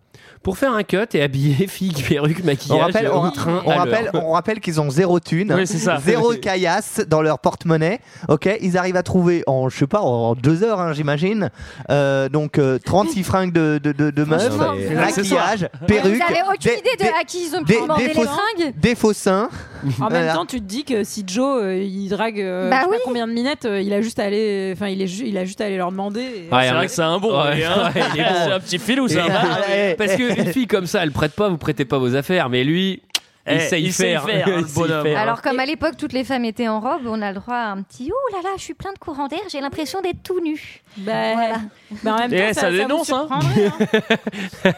pour faire un cut et habiller fille, perruque, maquillage, euh, On rappelle, on, au train on à rappelle, l'heure. on rappelle qu'ils ont zéro thune, Oui, c'est ça. zéro caillasse dans leur porte-monnaie. Ok, ils arrivent à trouver en je sais pas en deux heures, hein, j'imagine. euh, donc euh, 36 fringues de de, de, de meuf, Franchement, vous- maquillage, perruque, Vous avez aucune des- idée de des- à qui ils ont des- demandé des les fausses- fringues des faux seins. En Voilà. même temps, tu te dis que si Joe euh, il drague euh, Bah je sais pas combien de minettes, euh, il a juste à aller, enfin il est, ju- il a juste à aller leur demander. c'est vrai que c'est un bon. Ouais, lui, hein. ouais, il est bon. C'est un petit filou, ça. Parce qu'une fille comme ça, elle prête pas, vous prêtez pas vos affaires, mais lui, Eh, il sait y il sait y faire. faire, hein, le Il sait y bonhomme. faire. Alors comme à l'époque toutes les femmes étaient en robe, on a le droit à un petit ouh là là, je suis plein de courant d'air, j'ai l'impression d'être tout nu. Bah, en même Eh, temps, ça ça, ça vous dénonce, hein. surprendrait, hein.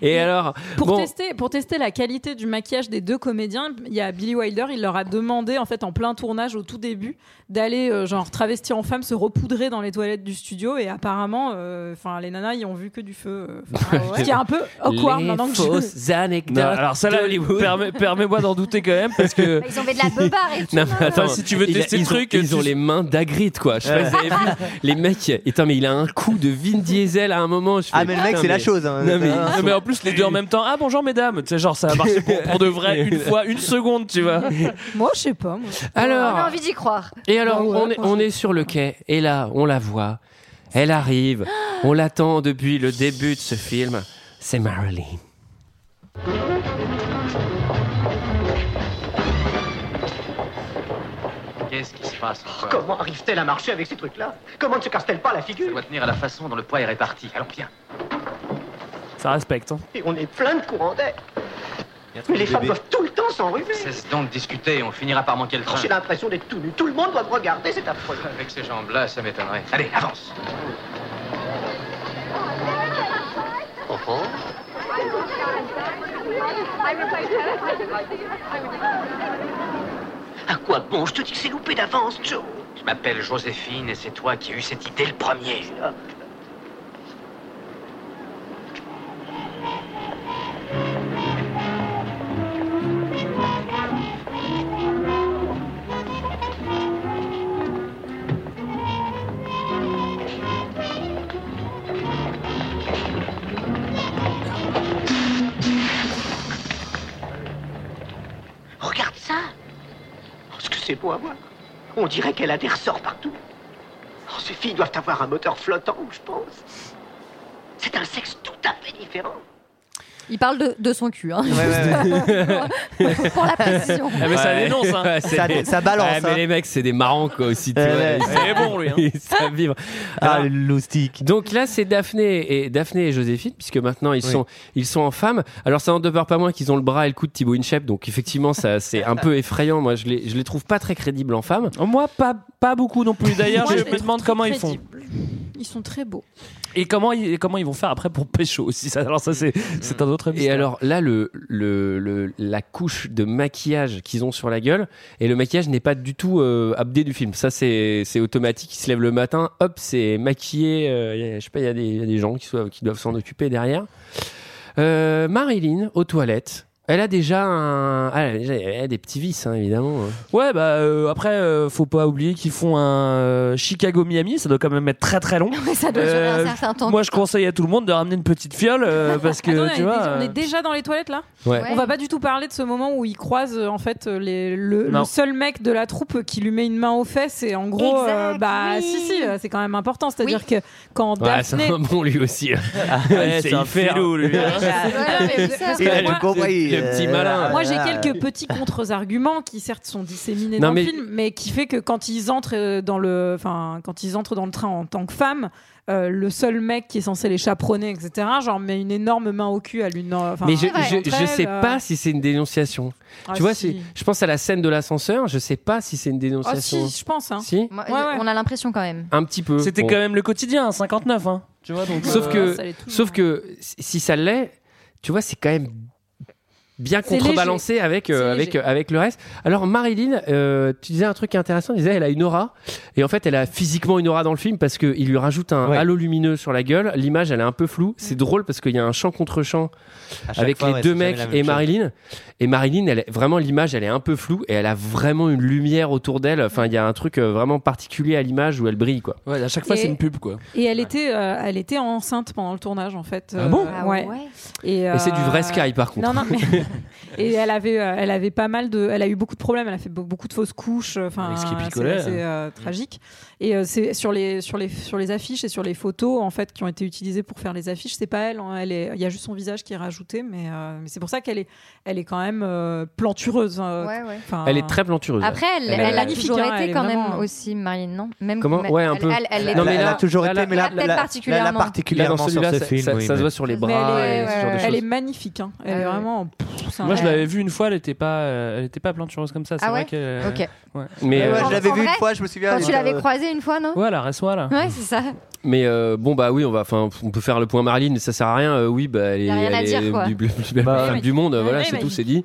Et alors, Pour, bon, tester, pour tester la qualité du maquillage des deux comédiens, il y a Billy Wilder, il leur a demandé en fait en plein tournage au tout début d'aller euh, genre travesti en femme se repoudrer dans les toilettes du studio et apparemment euh, enfin les nanas y ont vu que du feu euh, enfin, ce qui est un peu awkward les maintenant oh, que je- fausses anecdotes. Non, alors ça là, d'Hollywood. permets- permets-moi d'en douter quand même parce que Ils ont fait de la beubare et tout. Non, mais attends, Enfin, si tu veux il a- tester le ils ont- truc, ils tu- ont les mains d'Agritte, quoi. Je sais pas si vous avez vu. Les mecs, et attends, mais il a un coup de Vin Diesel à un moment. je Ah, fais, mais le mec, putain, c'est la chose, hein. Non, mais, Ah, Non, mais en plus les deux en même temps. Ah bonjour mesdames. Tu sais genre ça a marché pour, pour de vrai une fois une seconde tu vois. moi je sais pas moi. Alors. On a envie d'y croire. Et alors, Bah ouais, on, est, on est sur le quai, et là, on la voit. Elle arrive. On l'attend depuis le début de ce film. C'est Marilyn. Qu'est-ce qui se passe encore Comment arrive-t-elle à marcher avec ces trucs-là Comment ne se casse-t-elle pas la Ça figure doit tenir à la façon dont le poids est réparti. Allons, viens. Ça respecte. hein. Et on est plein de courant d'air. Mais les femmes doivent tout le temps s'enrhumer. Cesse donc de discuter, on finira par manquer le train. J'ai l'impression d'être tout nu. Tout le monde doit me regarder, c'est affreux. Avec ces jambes-là, ça m'étonnerait. Allez, avance À quoi bon Je te dis que c'est loupé d'avance, Joe. Je m'appelle Joséphine et c'est toi qui as eu cette idée le premier. Regarde ça. Oh, ce que c'est beau à voir. On dirait qu'elle a des ressorts partout. Oh, ces filles doivent avoir un moteur flottant, je pense. C'est un sexe tout à fait différent. Il parle de, de son cul, hein. Ah, mais ça dénonce, hein. Ouais, ça- C'est- ça balance, Ouais, mais hein. les mecs, c'est des marrants, quoi, aussi. tu Ouais, vois. ouais. Ils savent- Il est bon, lui, hein. Ils savent vivre. Ah, le Donc là, c'est Daphné et, Daphné et Joséphine, puisque maintenant, ils, Oui. sont, ils sont en femme. Alors, ça n'en demeure pas moins qu'ils ont le bras et le cou de Thibaut Inchep. Donc, effectivement, ça, c'est un peu effrayant. Moi, je les, je les trouve pas très crédibles en femme. Oh, Moi, pas, pas beaucoup non plus. D'ailleurs, Moi, je je les me demande trouve comment ils font. crédibles. Ils sont très beaux. Et comment ils, et comment ils vont faire après pour pécho aussi ça, Alors ça c'est c'est un autre Et alors là, le, le, le- la couche de maquillage qu'ils ont sur la gueule, et le maquillage n'est pas du tout euh, abdé du film. Ça, c'est c'est automatique. Ils se lèvent le matin, hop, c'est maquillé. euh, y a- je sais pas, il y, a des- y a des gens qui, soient- qui doivent s'en occuper derrière. Euh, Marilyn, aux toilettes. Elle a déjà, un- ah, elle a déjà- elle a des petits vices, hein, évidemment. Ouais, bah euh, après, euh, faut pas oublier qu'ils font un euh, Chicago-Miami, ça doit quand même être très très long. ça doit durer un certain temps. Moi, je conseille à tout le monde de ramener une petite fiole euh, parce que Attendez, tu on, est, vois. on est euh, déjà dans les toilettes là Ouais. On va pas du tout parler de ce moment où il croise euh, en fait euh, les- le, Non. le seul mec de la troupe qui lui met une main aux fesses et en gros euh, bah si si euh, c'est quand même important c'est-à-dire que quand Ouais, Bah, c'est Daphné un bon lui aussi. hein. ouais, c'est un hyper. filou, lui, hein. Ouais, mais vous savez, Il a moi- tout compris. le petit Euh, malin. Moi, j'ai quelques petits contre-arguments qui certes sont disséminés Ah. Non, dans mais- le film, mais qui fait que quand ils entrent euh, dans le, enfin, quand ils entrent dans le train en tant que femme, euh, le seul mec qui est censé les chaperonner, etc., genre met une énorme main au cul à l'une. enfin, mais je, à l'une je, d'entre je sais elles, euh. pas si c'est une dénonciation. Ah, tu vois, si. si- je pense à la scène de l'ascenseur, je sais pas si c'est une Ah dénonciation. si, je pense. Hein. Si Moi, On a l'impression quand même. Un petit peu. C'était Bon. quand même le quotidien, 59. Hein, tu vois, donc, sauf euh, que, ça l'est toujours. sauf que si- si ça l'est, tu vois, c'est quand même bien C'est contrebalancé léger. avec, euh, C'est avec, léger. euh, avec le reste. Alors, Marilyn, euh, tu disais un truc intéressant, tu disais elle a une aura, et en fait, elle a physiquement une aura dans le film parce qu'il lui rajoute un halo lumineux sur la gueule. L'image, elle est un peu floue. C'est drôle parce qu'il y a un champ contre champ À chaque avec fois, les ouais, deux c'est jamais mecs la même et chose. Marilyn. Et Marilyn, elle, est- vraiment, l'image, elle est un peu floue et elle a vraiment une lumière autour d'elle. Enfin, il y a un truc euh, vraiment particulier à l'image où elle brille, quoi. Ouais, à chaque fois, Et- c'est une pub, quoi. Et elle était, euh, elle était enceinte pendant le tournage en fait. Ah bon Euh, Ah ouais. Et, Bah, Et c'est du vrai euh, Sky, par contre. Non, non, mais- et elle avait, euh, elle avait pas mal de, elle a eu beaucoup de problèmes. Elle a fait be- beaucoup de fausses couches. euh, Enfin, Avec ce qui c'est- picolait. c'est euh, tragique. Et euh, c'est sur les, sur les, sur les affiches et sur les photos en fait qui ont été utilisées pour faire les affiches. C'est pas elle. hein, elle est, il y a juste son visage qui est rajouté, mais, euh, mais c'est pour ça qu'elle est, elle est quand même euh, plantureuse. hein. Ouais, ouais. Enfin, Elle est très plantureuse. Après, elle, elle, est a magnifique, toujours hein, elle été est quand vraiment- même aussi Marilyn, non Même Comment mais Ouais, un elle- peu. Elle, elle est- Non, mais là- elle a toujours là, été, là- mais là, peut-être là- particulièrement. là, particulièrement Là, dans celui-là, sur ça- ce film. ça- oui, ça se mais- voit sur les Mais bras elle, est, et ce genre de elle choses. est magnifique. hein. Ah Elle est vraiment. pff, c'est un- Moi, je l'avais vu une fois, elle était pas, euh, elle était pas plantureuse comme ça. C'est Ah vrai ouais qu'elle. Ok. ouais. Mais, euh, je l'avais En vu une vrai, fois, je me souviens. Quand elle tu était- l'avais croisée une fois, non Ouais, la Ressois, là. Ouais, c'est ça. Mais euh, bon, bah oui, on va, enfin, on peut faire le point Marilyn, mais ça sert à rien. euh, oui, bah, elle est, Y a rien elle à est dire, quoi. du, plus- plus belle Bah, femme ouais. du monde. Ouais, voilà, ouais, c'est bah, tout, il- c'est dit.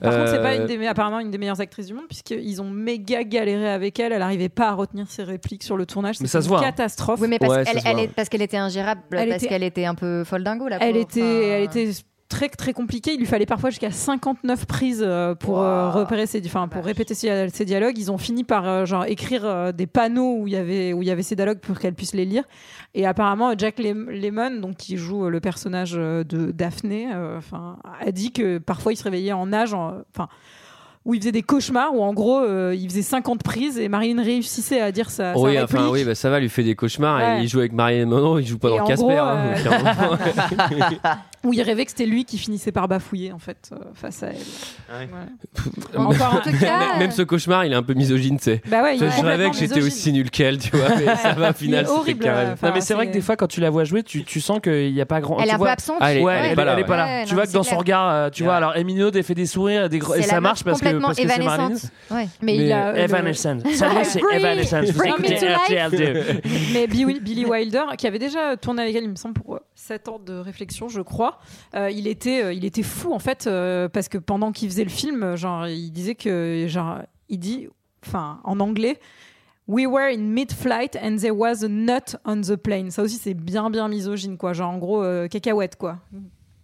Par contre, c'est pas Euh, une des, me- apparemment une des meilleures actrices du monde, puisqu'ils ont méga galéré avec elle. Elle n'arrivait pas à retenir ses répliques sur le tournage. Mais C'était ça se voit, Une hein. catastrophe. Oui, mais parce Ouais, ça qu'elle se elle voit. est- parce qu'elle était ingérable, Elle parce était- qu'elle était un peu folle dingo là. Elle était, elle était très très compliquée. Il lui fallait parfois jusqu'à 59 prises euh, pour euh, repérer ses, di- enfin pour répéter ses, ses dialogues. Ils ont fini par euh, genre écrire euh, des panneaux où il y avait où il y avait ses dialogues pour qu'elle puisse les lire. Et apparemment euh, Jack Lem- Lemmon, donc qui joue euh, le personnage euh, de Daphné, euh, enfin a dit que parfois il se réveillait en nage, en- enfin. où il faisait des cauchemars, où en gros, euh, il faisait 50 prises et Marine réussissait à dire sa, sa oui, réplique. enfin, oui, bah, ça va, lui fait des cauchemars. et Ouais. il joue avec Marilyn Monroe, il joue pas Et dans en Casper. gros, hein, euh, donc, à un moment- où il rêvait que c'était lui qui finissait par bafouiller en fait euh, face à elle. Ah Voilà. Encore en tout cas. Même ce cauchemar, il est un peu misogyne, tu sais. Bah ouais, il Ça, est je rêvais complètement que j'étais misogyne. aussi nul qu'elle, tu vois. Mais ça va, au final, c'était carré. euh, Non, mais c'est vrai que des fois, quand tu la vois jouer, tu, tu sens qu'il n'y a pas grand. Ah, Elle est tu un peu vois- absente. Ah, elle est- Ouais, elle est elle, pas là, elle est ouais. pas là. Ouais, tu non, vois c'est que dans son clair. regard, euh, tu vois, alors Emilio elle fait des sourires, et des gros, et C'est la ça meuf marche parce que complètement parce que c'est Marilyn. évanescente. Ouais. Mais il a, euh, le- Evanescence. Ça, oui, c'est Free- Evanescence. Vous Bring me écoutez to life. RTL2. Mais Billy, Billy Wilder, qui avait déjà euh, tourné avec elle, il me semble, pour 7 ans de réflexion, je crois, euh, il, était, euh, il était fou, en fait, euh, parce que pendant qu'il faisait le film, euh, genre, il disait que, genre, il dit, enfin, en anglais, We were in mid-flight and there was a nut on the plane. Ça aussi, c'est bien, bien misogyne, quoi. Genre, en gros, euh, cacahuète, quoi.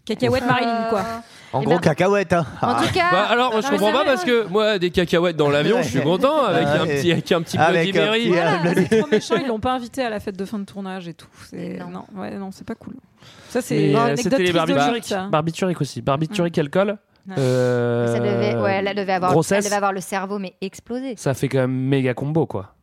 Cacahuète Euh, Marilyn, quoi. Ah. En ben, gros, cacahuète. hein. En tout cas. Ah, Bah, alors, Non, moi, je mais comprends c'est pas vrai, parce que moi, Ah, des cacahuètes dans l'avion, je suis content avec Ah, un ouais. petit, avec un petit Avec Bloody un Mary. petit, euh, Bloody- Trop méchant, ils l'ont pas invité à la fête de fin de tournage et tout. C'est... Non. ouais, non, c'est pas cool. Ça, c'est Mais, une euh, anecdote C'était les triste de Luc, barbituriques. ça. Barbituriques aussi. Barbituriques, alcool. euh, Ça devait, ouais, euh, elle devait avoir, elle grossesse. devait avoir le cerveau mais explosé. Ça fait quand même méga combo, quoi.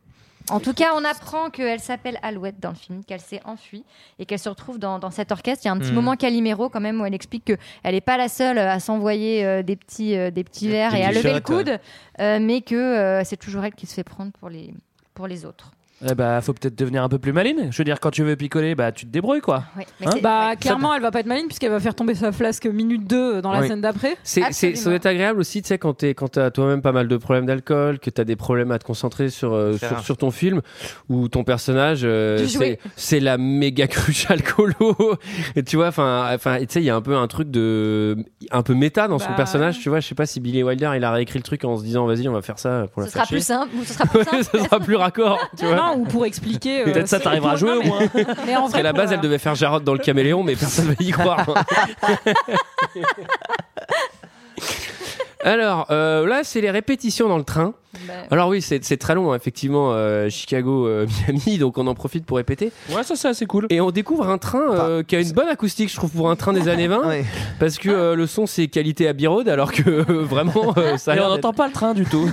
En tout cas, on apprend qu'elle s'appelle Alouette dans le film, qu'elle s'est enfuie et qu'elle se retrouve dans, dans cet orchestre. Il y a un petit Hmm. moment Calimero quand même où elle explique que elle n'est pas la seule à s'envoyer euh, des petits, euh, des petits verres et à petits lever le shots, ouais. coude, euh, mais que euh, c'est toujours elle qui se fait prendre pour les, pour les autres. Eh bah, faut peut-être devenir un peu plus maline. Je veux dire, quand tu veux picoler, bah, tu te débrouilles, quoi. Ouais, Hein bah, Ça- clairement, elle va pas être maligne puisqu'elle va faire tomber sa flasque minute 2 dans la Oui. scène d'après. C'est, c'est, ça doit être agréable aussi, tu sais, quand t'es, quand t'as toi-même pas mal de problèmes d'alcool, que t'as des problèmes à te concentrer sur, euh, C'est sur, rare. sur ton film, ou ton personnage, euh, De c'est, jouer. c'est la méga cruche alcoolo. Et tu vois, enfin, enfin, tu sais, il y a un peu un truc de, un peu méta dans son Bah. personnage, tu vois. Je sais pas si Billy Wilder, il a réécrit le truc en se disant, vas-y, on va faire ça pour Ce la sera faire plus chier. simple, ou ce sera plus simple. Ça sera plus raccord, tu vois. Non, ou pour expliquer. euh, Peut-être ça, c'est- t'arriveras à pour- jouer, non, au mais- moins. Mais en Parce vrai, qu'à la pour base, elle devait faire Jarod dans le caméléon, mais personne ne va y croire. hein. Alors, euh, là, c'est les répétitions dans le train. Alors oui, c'est c'est très long, hein, effectivement, euh, Chicago, euh, Miami, donc on en profite pour répéter. Ouais, ça, ça c'est cool. Et on découvre un train euh, qui a une bonne acoustique, je trouve, pour un train des années 20, parce que euh, le son c'est qualité à Road, alors que euh, vraiment, euh, ça. a Et l'air on d'être- n'entend pas le train du tout.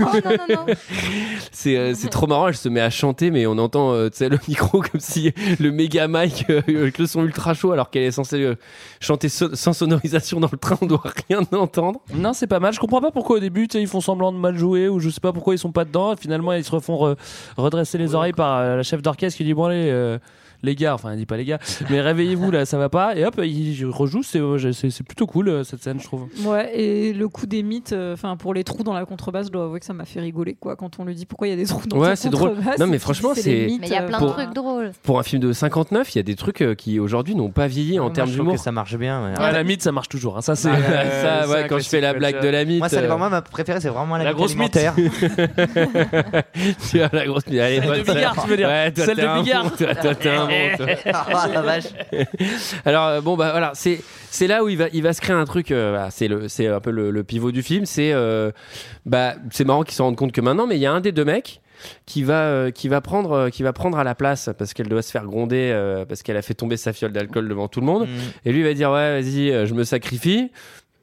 C'est euh, c'est trop marrant, elle se met à chanter, mais on entend euh, tu sais, le micro comme si le méga mic euh, avec le son ultra chaud, alors qu'elle est censée euh, chanter so- sans sonorisation dans le train, on doit rien entendre. Non, c'est pas mal. Je comprends pas pourquoi au début, tu sais, ils font semblant de mal jouer ou je sais pas pourquoi ils sont pas dedans. Et finalement, ils se refont re- redresser les oreilles par euh, la chef d'orchestre qui dit Bon, allez, euh, les gars, enfin, elle dit pas les gars, mais réveillez-vous là, ça va pas. Et hop, ils rejouent. C'est c'est- c'est plutôt cool euh, cette scène, je trouve. Ouais, et le coup des mythes, euh, enfin pour les trous dans la contrebasse, je dois avouer que ça m'a fait rigoler quoi quand on lui dit pourquoi il y a des trous dans Ouais, la c'est drôle. contrebasse. Non, mais et tu franchement, dis, les c'est- mythes, Mais il y a euh, plein de pour- trucs drôles. Pour un film de 59, il y a des trucs euh, qui aujourd'hui n'ont pas vieilli en termes je d'humour. trouve que ça marche bien. Ouais, la mythe, ça marche toujours. hein. Ça, c'est. Ah, ça, ouais, quand je fais la blague de la mythe. Moi, c'est euh, vraiment ma préférée, c'est vraiment la, La mythe grosse mythe. alimentaire. tu vois, la grosse mythe. Allez, Celle toi, de t'as- Bigard, tu veux dire. Ouais, toi, Celle t'es de un Bigard. bon, toi, toi, t'es un bon, toi. Ah, la vache. Alors euh, bon bah voilà, c'est c'est là où il va il va se créer un truc. euh, voilà, c'est le c'est un peu le, le pivot du film. C'est euh, bah c'est marrant qu'ils se rendent compte que maintenant, mais il y a un des deux mecs qui va euh, qui va prendre euh, qui va prendre à la place parce qu'elle doit se faire gronder euh, parce qu'elle a fait tomber sa fiole d'alcool devant tout le Mm. monde. Euh, Et lui il va dire ouais vas-y euh, je me sacrifie.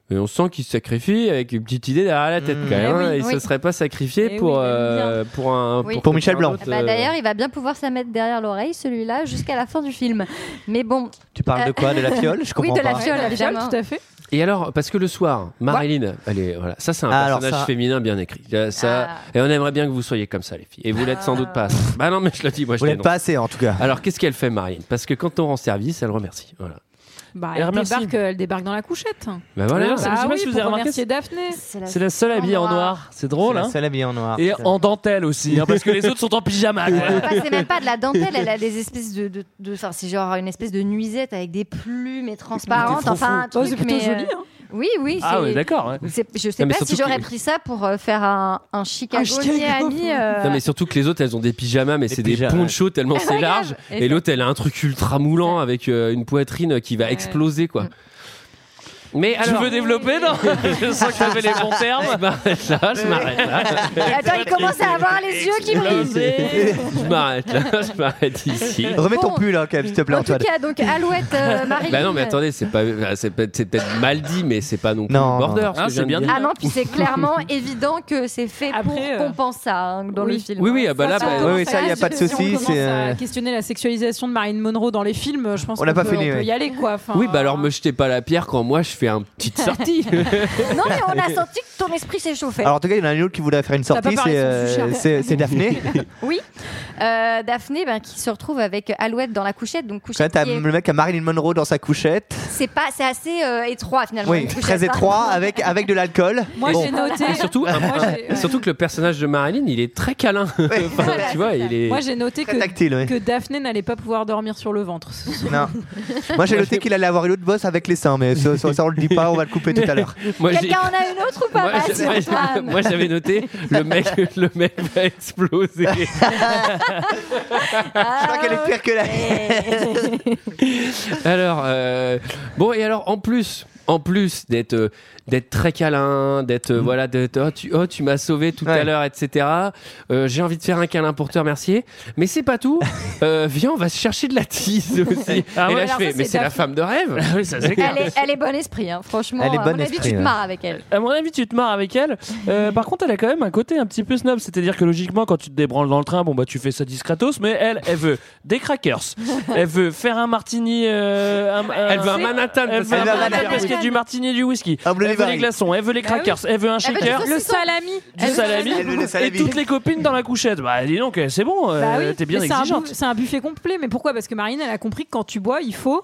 Et on sent qu'il se sacrifie avec une petite idée derrière la tête Mm. quand même. Eh hein. oui, il oui. se serait pas sacrifié Eh pour, oui, il aime euh, pour un Oui. quelqu'un d'autre, Bah, euh. D'ailleurs, il va bien pouvoir se la mettre derrière l'oreille, celui-là, jusqu'à la fin du film. Mais bon. Tu parles de quoi, de la fiole Je comprends Oui, de la pas. fiole, Ouais, de la fiole, évidemment. tout à fait. Et alors, parce que le soir, Marilyn, elle est, voilà, ça c'est un Ah, alors personnage ça- féminin bien écrit. Euh, Ça, Ah. Et on aimerait bien que vous soyez comme ça, les filles. Et vous l'êtes sans doute pas. assez. Bah non, mais je le dis, moi je Vous l'êtes dénonce. pas assez, en tout cas. Alors qu'est-ce qu'elle fait, Marilyn Parce que quand on rend service, elle remercie. Voilà. Bah, Et elle, remercie. débarque, euh, elle débarque dans la couchette. Bah voilà. Bah Je sais pas oui, si vous pour avez remarqué, remercier Daphné. C'est la seule habillée en noir. C'est drôle, C'est la hein. seule habillée en noir. Et en dentelle aussi, hein, parce que les autres sont en pyjama. quoi. Enfin, c'est même pas de la dentelle, elle a des espèces de. de- de- Enfin, c'est genre une espèce de nuisette avec des plumes et transparente. Des froufrous. Enfin, un Oh, truc. c'est plutôt mais, euh, joli, hein. Oui, oui. Ah c'est- ouais, d'accord, ouais. c'est- Je sais Non, mais pas si surtout j'aurais que- pris ça pour euh, faire un, un Chicago, Chicago. Miami. euh, bah. Non, mais surtout que les autres, elles ont des pyjamas, mais c'est des pyjamas, ponchos tellement c'est Ouais, large. grave. Et l'autre, elle a un truc ultra moulant avec euh, une poitrine qui va exploser, quoi. Mais Mm. Tu alors. veux développer, non Je sens que t'avais les bons termes. Je m'arrête là, je m'arrête là. Attends, il commence à avoir les yeux qui brillent. Je m'arrête là, je m'arrête ici. Remets ton pull, hein, quand même, s'il te plaît, En tout Antoine. cas, donc Alouette, euh, Marilyn. Bah non, mais attendez, c'est pas, euh, c'est peut- c'est peut-être mal dit, mais c'est pas non plus Non, border. non, non. ce que Ah, je c'est viens de bien dire. Ah non, puis c'est clairement évident que c'est fait pour compenser ça hein, dans le film. Oui, oui, ah bah là, Ça, bah, on oui, commence ça, y a à- pas de si on souci, commence c'est, à euh, questionner la sexualisation de Marilyn Monroe dans les films. Je pense On qu'on l'a pas peut, fini, on peut ouais. y aller quoi. Enfin, Oui, bah alors me jetez pas la pierre quand moi je fais un petite sortie. non, mais on a senti que ton esprit s'échauffait. Alors, en tout cas, il y en a un autre qui voulait faire une T'as pas sortie, parlé c'est de son euh, sujet. c'est- c'est Daphné. Oui, Euh, Daphné ben, qui se retrouve avec Alouette dans la couchette. Donc, Quand couchette t'as qui est- le mec à Marilyn Monroe dans sa couchette. c'est pas, c'est assez euh, étroit finalement. Oui, une couchette, très hein. étroit, avec, avec de l'alcool. Bon. Et surtout, un- surtout que le personnage de Marilyn, il est très câlin. Enfin, Voilà, tu vois, c'est il ça. est. Moi j'ai noté que, Très tactile, ouais. que Daphné n'allait pas pouvoir dormir sur le ventre. Non. Moi, j'ai noté qu'il allait avoir une autre bosse avec les seins, mais ça, ça, ça, on le dit pas, on va le couper tout à l'heure. Moi, j'ai- Quelqu'un en a une autre ou pas Moi, Vas-y, j'ai- moi, j'ai- Antoine. moi, j'avais noté le mec, le mec va exploser. Je crois Euh, qu'elle est pire que la. alors, euh, bon, et alors, en plus, en plus d'être euh, d'être très câlin, d'être Mm. euh, voilà, d'être oh, tu, oh, tu m'as sauvé tout à l'heure, etc. euh, J'ai envie de faire un câlin pour te remercier, mais c'est pas tout. Euh, viens, on va se chercher de la tease aussi. Ah et là, ouais, je alors fais, ça, mais c'est c'est la Daphne. femme de rêve. oui, ça, c'est clair. elle, est, elle est bonne esprit, hein, franchement. Elle est à bonne mon avis, esprit, tu te ouais. marres avec elle. À mon avis, tu te marres avec elle. Euh, par contre, elle a quand même un côté un petit peu snob. C'est-à-dire que logiquement, quand tu te débranles dans le train, bon bah tu fais ça discretos, mais elle, elle veut des crackers. Elle veut faire un martini. euh, un- Elle veut un Manhattan, Elle parce veut un qu'elle a Manhattan la parce qu'il y a du martini et du whisky. Elle Bloody veut des Mary. glaçons. Elle veut les Ah crackers. Elle veut un Elle veut shaker. du Le saucisson. salami. Du Elle veut salami. du salami. Et toutes les copines dans la couchette. Bah dis donc, c'est bon. euh, Bah oui, T'es bien mais c'est un exigeante. bu- C'est un, buffet complet, mais pourquoi Parce que Marine, elle a compris que quand tu bois, il faut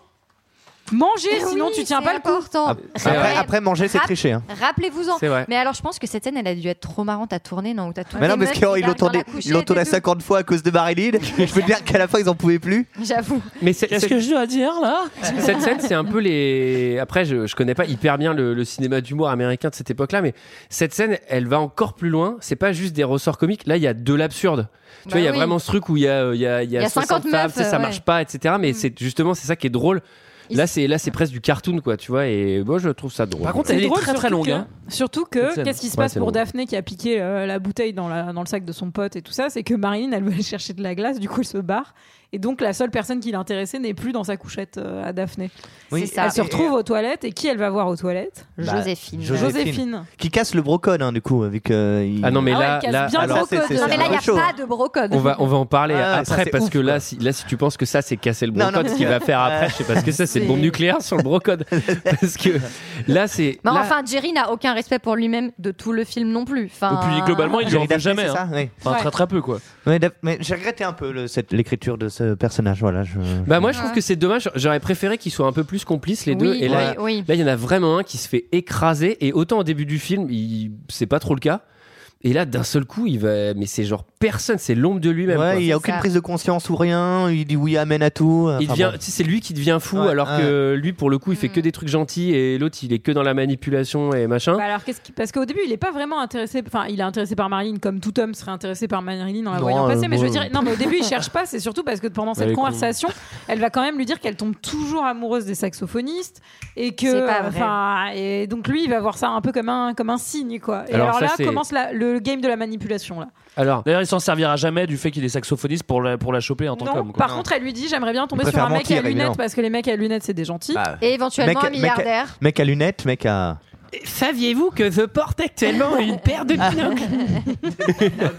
manger, Eh Oui, sinon tu tiens c'est pas le coup. important. Après, après, manger, c'est Rap- tricher. hein. Rappelez-vous-en. C'est vrai. Mais alors, je pense que cette scène, elle a dû être trop marrante à tourner, non Où t'as tout Mais non, parce qu'il qu'ils l'ont tourné, ils l'ont tourné 50 fois à cause de Marilyn. Je peux te dire qu'à la fin, ils en pouvaient plus. J'avoue. Mais c'est- Qu'est-ce c'est- que je dois dire là Cette scène, c'est un peu les. Après, je, je connais pas hyper bien le, le cinéma d'humour américain de cette époque-là, mais cette scène, elle va encore plus loin. C'est pas juste des ressorts comiques. Là, il y a de l'absurde. Tu Bah vois, il y a oui. vraiment ce truc où il y a, euh, il y a, il y a Il y a 60 59, femmes, tu sais, ça ouais. marche pas, etc. Mais c'est justement, c'est ça qui est drôle. Là, c'est là, c'est presque du cartoon, quoi, tu vois. Et moi, je trouve ça drôle. Par contre, elle est très très longue. hein. Surtout Cette que, scène. qu'est-ce qui se Ouais, passe c'est pour drôle. Daphné qui a piqué euh, la bouteille dans, la- dans le sac de son pote et tout ça C'est que Marilyn, elle veut aller chercher de la glace, du coup, elle se barre. Et donc, la seule personne qui l'intéressait n'est plus dans sa couchette euh, à Daphné. Oui. C'est ça. Elle se Et- euh, retrouve aux toilettes et qui elle va voir aux toilettes Bah, Joséphine. Qui casse le brocode, hein, du coup, avec. Ah non, mais Ah ouais, là- elle casse là- bien le alors, c'est- brocode. c'est- Non, c'est mais là, il n'y a chaud. pas de brocode. On va, on va en parler Ah, ça, après c'est parce ouf, que là quoi. si, là, si tu penses que ça, c'est casser le Non, non, brocode, mais- ce qu'il va faire après, je sais pas ce que c'est, c'est une bombe C'est- nucléaire sur le brocode. parce que là, c'est. Mais là- enfin, Jerry n'a aucun respect pour lui-même de tout le film non plus. Ah. Enfin... Et puis globalement, il Jerry n'en veut Daphné, jamais. c'est ça, hein. oui. Enfin, très très peu quoi. Ouais, Daph- mais j'ai regretté un peu le- cette- l'écriture de ce personnage. Voilà, je- Bah moi je trouve Ouais. que c'est dommage, j'aurais préféré qu'ils soient un peu plus complices les deux Oui, et là oui, oui. là, il y en a vraiment un qui se fait écraser et autant au début du film, il... c'est pas trop le cas. Et là d'un seul coup, il va mais c'est genre personne, c'est l'ombre de lui-même quoi. Ouais, il n'y a aucune prise de conscience ou rien. Il dit oui, amène à tout. Il Enfin, devient, bon. tu sais, c'est lui qui devient fou Ouais, alors ouais. que lui pour le coup il fait Mm. que des trucs gentils et l'autre il est que dans la manipulation et machin. Bah alors, qu'est-ce qui... Parce qu'au début, il n'est pas vraiment intéressé. Enfin, il est intéressé par Marilyn, comme tout homme serait intéressé par Marilyn en la Non, voyant passer. euh, mais je veux moi, dire, euh. non, mais au début, il cherche pas. C'est surtout parce que pendant Elle est cette con. conversation, elle va quand même lui dire qu'elle tombe toujours amoureuse des saxophonistes et C'est que. pas vrai. enfin, Et donc, lui, il va voir ça un peu comme un, comme un signe, quoi. Et Alors, alors, ça, là, c'est- commence la- le game de la manipulation, là. Alors. D'ailleurs, il s'en servira jamais du fait qu'il est saxophoniste pour la, pour la choper en tant Non, qu'homme. quoi. par contre, elle lui dit J'aimerais bien tomber Il sur un préfère mec à mentir, évidemment. lunettes parce que les mecs à lunettes, c'est des gentils. Bah. Et éventuellement un Mec- mec- milliardaire. Mec, à lunettes, mec à. Saviez-vous que je porte actuellement une paire de Ah. binocles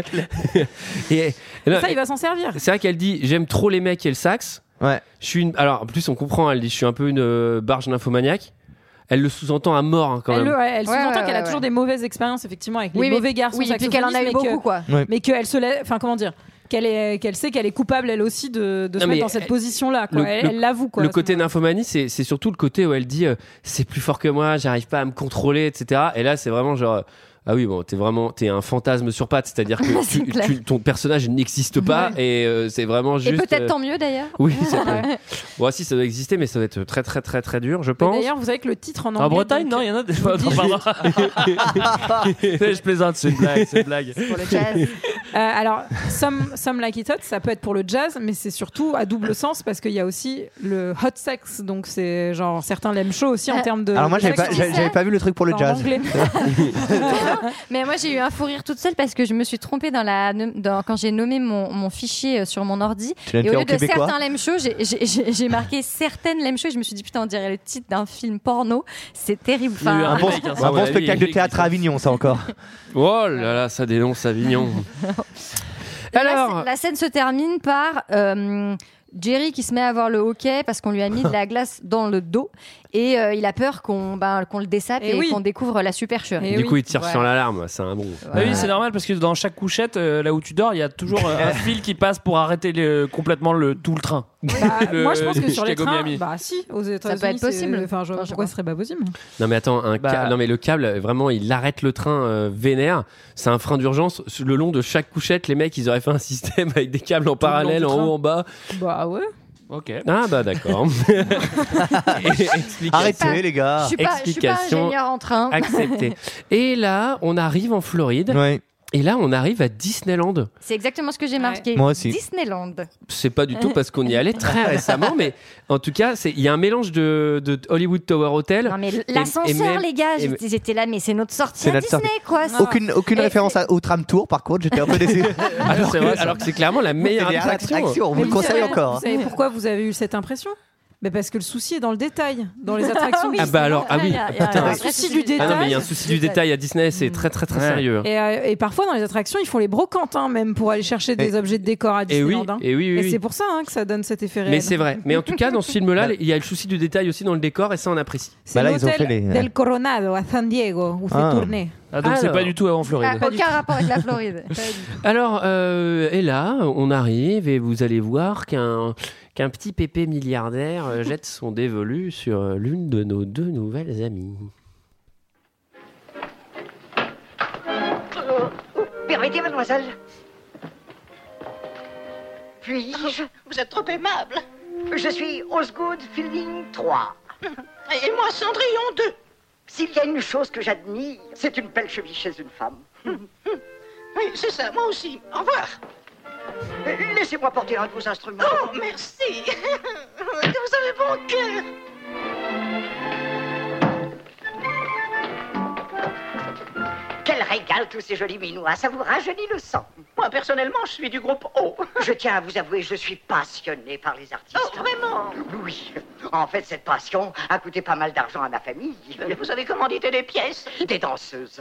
Et- non, Ça, il va s'en servir. C'est vrai qu'elle dit j'aime trop les mecs et le sax. Ouais. Je suis une... Alors en plus on comprend, elle dit je suis un peu une euh, barge nymphomaniaque. Elle le sous-entend à mort hein, quand Elle, même. le- ouais, elle Ouais, sous-entend ouais, qu'elle a ouais, toujours ouais. des mauvaises expériences effectivement avec Oui, les mais- mauvais garçons. oui, et puis qu'elle en a eu saxophonistes, mais beaucoup, quoi. que- Ouais. Mais qu'elle se, lève- enfin comment dire, qu'elle est, qu'elle sait qu'elle est coupable elle aussi de, de se Non, mais mettre dans cette elle- position là. le- Elle le- elle l'avoue quoi. le côté nymphomanie, c'est c'est surtout le côté où elle dit euh, c'est plus fort que moi, j'arrive pas à me contrôler, etc. Et là, c'est vraiment genre euh, ah oui bon, t'es vraiment t'es un fantasme sur pattes, c'est-à-dire que C'est tu- clair. tu- ton personnage n'existe pas et euh, c'est vraiment Et juste. peut-être euh, tant mieux d'ailleurs. Oui, ça peut- Ouais. bon, si ça doit exister, mais ça doit être très très très très dur, je Mais pense. D'ailleurs, vous savez que le titre en anglais. En Bretagne, non, donc- il y en a des. Pardon, pardon. Je plaisante, c'est une blague, c'est une blague. Pour le jazz. Euh, alors, some, some Like It Hot, ça peut être pour le jazz, mais c'est surtout à double sens parce qu'il y a aussi le hot sex, donc c'est genre certains l'aiment chaud aussi en Euh, termes de. Alors moi, de j'avais sexe. pas, j'avais- j'avais pas vu le truc pour le En jazz. anglais. Mais moi, j'ai eu un fou rire toute seule parce que je me suis trompée dans la, dans, quand j'ai nommé mon, mon fichier euh, sur mon ordi. Tu l'as Et fait au en lieu de québécois certains l'aiment chaud, j'ai- j'ai j'ai- j'ai marqué certaines l'aiment chaud et je me suis dit putain, on dirait le titre d'un film porno. C'est terrible. Il y a eu Enfin, Un bon, mec, hein, un ça, bon ouais, spectacle oui, de théâtre à Avignon, ça encore. Oh là là, ça dénonce Avignon. Alors, la, scène se termine par euh, Jerry qui se met à avoir le hockey parce qu'on lui a mis de la glace dans le dos et euh, il a peur qu'on ben, qu'on le dessape Eh et, oui. qu'on découvre la supercherie. du coup, il tire sur l'alarme, c'est un bon. Bah oui, c'est normal parce que dans chaque couchette, euh, là où tu dors, il y a toujours euh, un fil qui passe pour arrêter le- complètement le, tout le train. Le- Bah, Moi, je pense que sur les Chicago, trains, Miami. bah si, aux États-Unis, peut être c'est- possible. Enfin, je- pourquoi ce serait pas possible Non mais attends, un Bah. câble- non mais le câble, euh, vraiment, il arrête le train euh, vénère. C'est un frein d'urgence Sur- le long de chaque couchette. Les mecs, ils auraient fait un système avec des câbles en parallèle, du en train. haut, en bas. Bah ouais. Ok. Ah bah d'accord. Arrêtez, les Ah, gars. Je suis pas, je suis pas ingénieur en train. acceptée. Et là, on arrive en Floride. Et là, on arrive à Disneyland. C'est exactement ce que j'ai marqué. Moi aussi. Disneyland. C'est pas du tout parce qu'on y allait très récemment, mais en tout cas, c'est- il y a un mélange de, de Hollywood Tower Hotel. Non mais et- et l'ascenseur même- les gars, et- j'étais j'étais là mais c'est notre sortie C'est à notre Disney sortie. Oh, quoi. c'est- Aucune, aucune Et- référence à- au tram tour, par contre, j'étais un peu déçu. alors, que, alors que c'est clairement la meilleure C'est des attraction. attractions, on vous le conseille encore. hein. Vous savez pourquoi vous avez eu cette impression Ben parce que le souci est dans le détail, dans les attractions. Ah bah alors, ah oui, Il y a- il y a putain. un souci du détail. Ah non, mais il y a un souci du détail à Disney, c'est très très très sérieux. Et, euh, et parfois dans les attractions, ils font les brocantes hein, même pour aller chercher des Et- objets de décor à et eh oui, Disneyland. hein. et oui, oui, oui. c'est pour ça hein, que ça donne cet effet réel. Mais c'est vrai. Mais en tout cas, dans ce film-là, il y a le souci du détail aussi dans le décor et ça, on apprécie. C'est Bah l'hôtel del Coronado à San Diego où Ah. c'est tourné. Ah, donc c'est Alors. pas du tout en Floride. Ah, aucun rapport avec la Floride. Alors, euh, et là, on arrive et vous allez voir qu'un qu'un petit pépé milliardaire euh, jette son dévolu sur euh, l'une de nos deux nouvelles amies. Permettez, mademoiselle. Puis-je Ah, Vous êtes trop aimable. Je suis Osgood Fielding 3. Et moi, Cendrillon 2. S'il y a une chose que j'admire, c'est une belle cheville chez une femme. Oui, c'est ça, moi aussi. Au revoir. Euh, Laissez-moi porter un de vos instruments. Oh, merci. Vous avez bon cœur. régale tous ces jolis minois, ça vous rajeunit le sang. Moi, personnellement, je suis du groupe O. Je tiens à vous avouer, je suis passionné par les artistes. Oh, vraiment Oui. En fait, cette passion a coûté pas mal d'argent à ma famille. Vous avez commandité des pièces Des danseuses.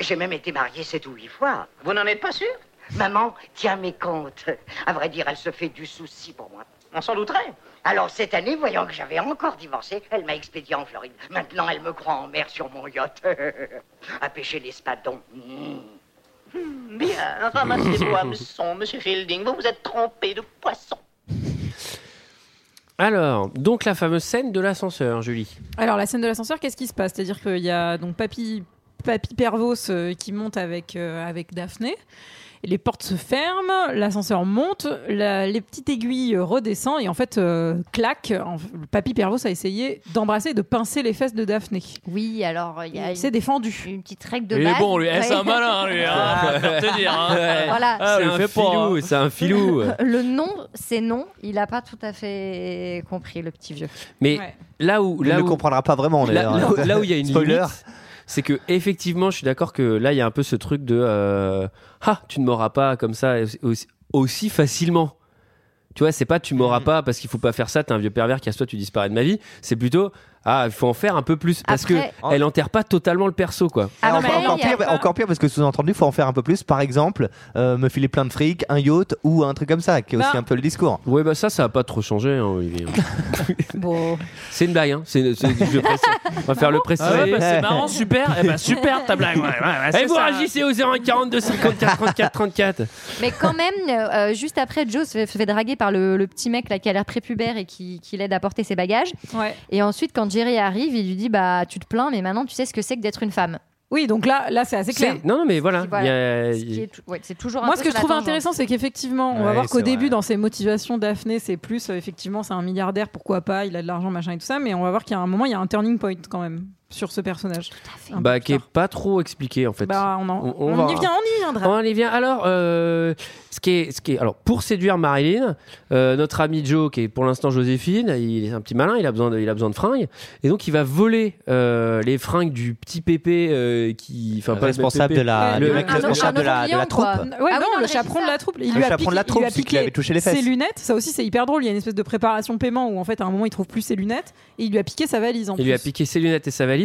J'ai même été mariée sept ou huit fois. Vous n'en êtes pas sûr Maman tient mes comptes. À vrai dire, elle se fait du souci pour moi. On s'en douterait. Alors cette année, voyant que j'avais encore divorcé, elle m'a expédié en Floride. Maintenant, elle me croit en mer sur mon yacht. à pêcher l'espadon. Mmh. Hmm, Bien, ramassez-vous, hameçon, monsieur Fielding. Vous vous êtes trompé de poisson. Alors, donc la fameuse scène de l'ascenseur, Julie. Alors, la scène de l'ascenseur, qu'est-ce qui se passe C'est-à-dire qu'il y a donc Papy, Papy Pervos euh, qui monte avec, euh, avec Daphné. Et les portes se ferment, l'ascenseur monte, la- les petites aiguilles euh, redescendent et en fait, euh, claque, en- Papy Pervos a essayé d'embrasser et de pincer les fesses de Daphné. Oui, alors il y a Il s'est défendu. Une petite règle de Il est base. bon, lui. Eh, Ouais. c'est un malin, lui, hein, faut te dire, hein. Ouais. Voilà. Ah, C'est le un fait pas, filou, hein. c'est un filou. Le non, c'est non. Il n'a pas tout à fait compris, le petit vieux. Mais là où. Il Là ne où- comprendra pas vraiment, Là, d'ailleurs. là où- là où il y a une Spoiler. limite, c'est que effectivement, je suis d'accord que là, il y a un peu ce truc de euh, ah, tu ne m'auras pas comme ça aussi, aussi facilement. Tu vois, c'est pas tu m'auras pas parce qu'il faut pas faire ça. T'es un vieux pervers, casse-toi, tu disparais de ma vie. C'est plutôt ah, il faut en faire un peu plus parce Après- que elle enterre pas totalement le perso, quoi. Ah, Alors, Après, encore, il y a pire, bah, pas- encore pire, parce que sous-entendu, faut en faire un peu plus. Par exemple, euh, me filer plein de fric, un yacht ou un truc comme ça, qui est aussi Bah. un peu le discours. Ouais, bah ça, ça a pas trop changé, hein, Olivier. bon. C'est une blague, hein. C'est, c'est- je précise. On va faire le préciser. Ah ouais, bah, c'est marrant, super. Eh bah, super ta blague. Ouais, ouais, ouais, c'est Et vous ça. réagissez au 01 42 54 34 34. Mais quand même, euh, juste après, Joe se fait, se fait draguer par le, le petit mec là, qui a l'air prépubère et qui, qui l'aide à porter ses bagages. Et ensuite, quand Jerry arrive, il lui dit Bah, tu te plains, mais maintenant tu sais ce que c'est que d'être une femme. Oui, donc là, là c'est assez clair. Non, non, mais voilà. Voilà. il y a- Ce qui est tou- ouais, c'est toujours un Moi, peu ce que je sur la trouve tangente. intéressant, c'est qu'effectivement, on va Ouais, voir qu'au c'est début, dans ses motivations, Daphné, c'est plus, euh, effectivement, c'est un milliardaire, pourquoi pas, il a de l'argent, machin et tout ça, mais on va voir qu'il y a un moment, il y a un turning point quand même sur ce personnage. Un peu bah, plus qui est pas trop expliqué en fait. Bah, on, en- on on va- y vient, on y viendra. On y vient. Alors, euh, ce qui est, ce qui est, alors pour séduire Marilyn, euh, notre ami Joe, qui est pour l'instant Joséphine, il est un petit malin, il a besoin de, il a besoin de fringues, et donc il va voler euh, les fringues du petit Pépé euh, qui, enfin pas le Responsable Pépé, de la- du mec responsable de la- de la troupe. Ouais, Ah oui, non, non, le mais chaperon c'est de la ça. troupe. Il Le lui a chaperon piqué, de la il lui troupe, a celui qui piqué lui avait touché les fesses. Ses lunettes, ça aussi c'est hyper drôle. Il y a une espèce de préparation paiement où en fait à un moment il trouve plus ses lunettes et il lui a piqué sa valise en Il lui a plus. piqué ses lunettes et sa valise.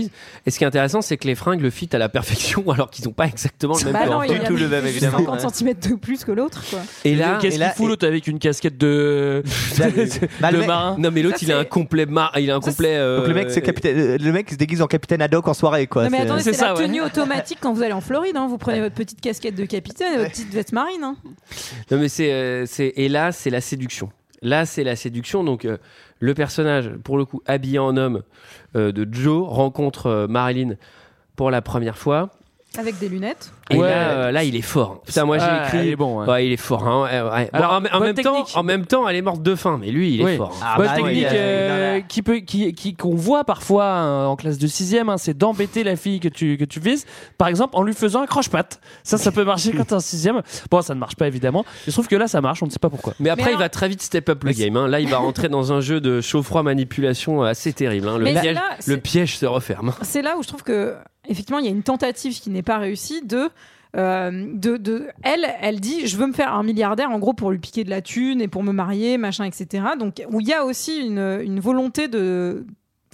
Et ce qui est intéressant, c'est que les fringues le fit à la perfection, alors qu'ils n'ont pas exactement le même Bah corps. non, il a mis 50 cm de plus que l'autre. quoi. Et là, Qu'est-ce qu'il fout l'autre avec une casquette de, Bah, de, le marin Non, mais l'autre, il a un complet mar- il a un complet. Donc le euh, mec, c'est capitaine, euh, le mec se déguise en capitaine Haddock en soirée, quoi. Non, mais C'est- attendez, c'est la tenue automatique quand vous allez en Floride. hein. Vous prenez votre petite casquette de capitaine et votre petite veste marine. hein. Non, mais c'est, euh, c'est- et là c'est la séduction. Là c'est la séduction. Donc euh, le personnage, pour le coup, habillé en homme euh, de Joe rencontre euh, Marilyn pour la première fois. Avec des lunettes. Et Ouais. là, euh, là, il est fort. hein. Putain, moi j'ai Ah, écrit. il est bon, ouais. il est fort. hein. Ouais, ouais. Bon, Alors, en, en bonne même temps, technique. Ah. en même temps, elle est morte de faim. Mais lui, il est fort. hein. Bonne technique euh, qui peut, qui, qui- qu'on voit parfois hein, en classe de 6 e c'est d'embêter la fille que tu, que tu vises, par exemple en lui faisant un croche-patte. Ça, ça peut marcher quand t'es en 6 e Bon, ça ne marche pas évidemment. Je trouve que là, ça marche, on ne sait pas pourquoi. Mais après, il va très vite step up le game. hein. Là, il va rentrer dans un jeu de chaud-froid manipulation assez terrible. hein. Le, Mais piège, là, c'est- le piège se referme. C'est là où je trouve que effectivement il y a une tentative qui n'est pas réussie de euh, de, de- elle, elle dit je veux me faire un milliardaire en gros pour lui piquer de la thune et pour me marier machin etc donc où il y a aussi une, une volonté de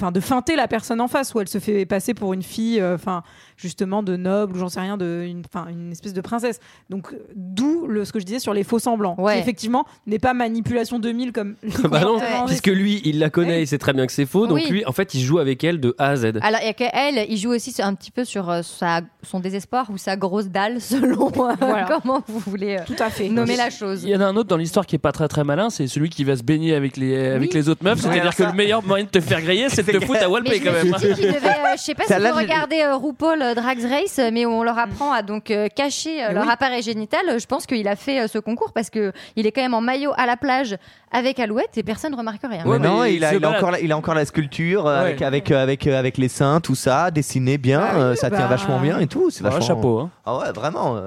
enfin de feinter la personne en face où elle se fait passer pour une fille euh, enfin justement de noble ou j'en sais rien de une, enfin, une espèce de princesse donc d'où le ce que je disais sur les faux semblants qui, Ouais. effectivement n'est pas manipulation 2000 comme bah non, Ouais. puisque lui, il la connaît, il sait très bien que c'est faux. Donc Oui. lui, en fait, il joue avec elle de A à Z. Alors, il y a qu'elle, il joue aussi sur- un petit peu sur euh, sa, son désespoir ou sa grosse dalle, selon euh, Voilà. comment vous voulez euh, tout à fait nommer la chose. Il y en a un autre dans l'histoire qui est pas très très malin, c'est celui qui va se baigner avec les, avec les autres meufs. C'est-à-dire que le meilleur moyen de te faire griller, c'est de te foutre à Mais Walpé je quand me même. suis dit qu'il devait, euh, je sais pas si Ça, là, vous je- regardez euh, RuPaul euh, Drag Race, euh, mais on leur apprend à donc euh, cacher euh, Mais leur oui. appareil génital. Je pense qu'il a fait euh, ce concours parce que il est quand même en maillot à la plage avec Alouette et personne ne remarque rien. Mais non, il a, se il a balade. encore la, il a encore la sculpture euh, Ouais. avec, avec, euh, avec, euh, avec les seins, tout ça, dessiné bien, euh, ça tient bah. vachement bien et tout. C'est Ouais, vachement... chapeau, hein. Ah ouais, vraiment.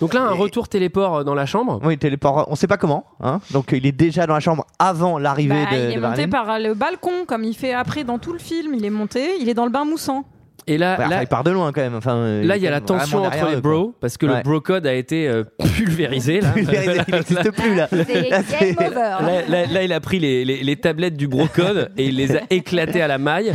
Donc là, un retour téléport euh, dans la chambre. Oui, téléport, on sait pas comment. hein. Donc il est déjà dans la chambre avant l'arrivée de, Bah, il est de monté Marilyn. par le balcon, comme il fait après dans tout le film. Il est monté, il est dans le bain moussant. Et là, Ouais, là- enfin, Bah, il part de loin quand même. Enfin, euh, Là, il il y a est la vraiment tension entre derrière les eux, quoi. bros, parce que le Ouais. bro code a été euh, pulvérisé. Là. Pulvérisé, il n'existe plus là. Ah, C'est game over. Là, là- là, il a pris les, les- les tablettes du bro code et il les a éclatées à la maille.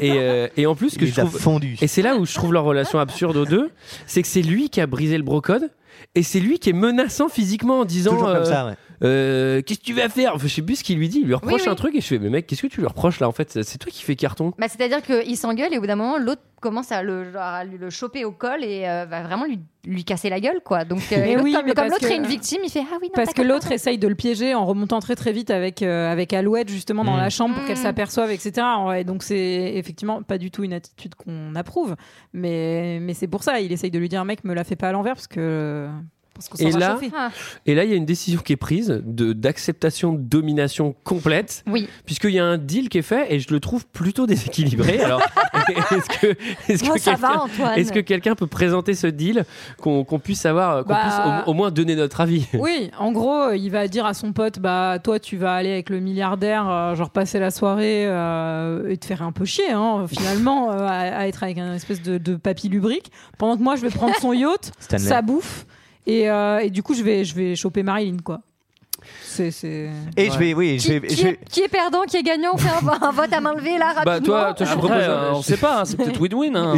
Et, euh, et en plus, ce que je trouve. Et c'est là où je trouve leur relation absurde aux deux, c'est que c'est lui qui a brisé le bro code et c'est lui qui est menaçant physiquement en disant. Toujours comme euh, ça, ouais. euh, qu'est-ce que tu vas faire Enfin, Je sais plus ce qu'il lui dit. Il lui reproche oui. un truc et je fais Mais mec, qu'est-ce que tu lui reproches là En fait, c'est toi qui fais carton. Bah, C'est-à-dire qu'il s'engueule et au bout d'un moment, l'autre commence à le, genre, à lui- le choper au col et euh, va vraiment lui, lui casser la gueule. quoi. Donc, euh, Mais et l'autre, oui, comme- mais comme parce l'autre que- est une victime, il fait Ah oui, non, Parce que t'inquiète l'autre essaye de le piéger en remontant très très vite avec, euh, avec Alouette justement dans Mm. la chambre pour qu'elle Mm. s'aperçoive, etc. Et donc c'est effectivement pas du tout une attitude qu'on approuve, mais, mais c'est pour ça, il essaye de lui dire mec me la fais pas à l'envers parce que... Parce qu'on s'en Et va là, chauffer. Ah. et là, il y a une décision qui est prise de d'acceptation de domination complète. Oui. Puisqu'il y a un deal qui est fait et je le trouve plutôt déséquilibré. Alors, est-ce que, est-ce que Moi, ça va, quelqu'un- Antoine. est-ce que quelqu'un peut présenter ce deal qu'on qu'on puisse savoir, qu'on Bah. puisse au, au moins donner notre avis Oui, en gros, euh, il va dire à son pote bah toi tu vas aller avec le milliardaire euh, genre passer la soirée euh, et te faire un peu chier hein, finalement euh, à, à être avec un espèce de, de papy lubrique pendant que moi je vais prendre son yacht, Stanley. sa bouffe et, euh, et du coup je vais je vais choper Marilyn quoi. C'est c'est Et Bah, je vais, oui, je vais. Qui, je vais- est, qui est perdant, qui est gagnant On fait un, un vote à main levée là rapidement. Après, euh, on sait pas, hein, c'est peut-être win-win. hein.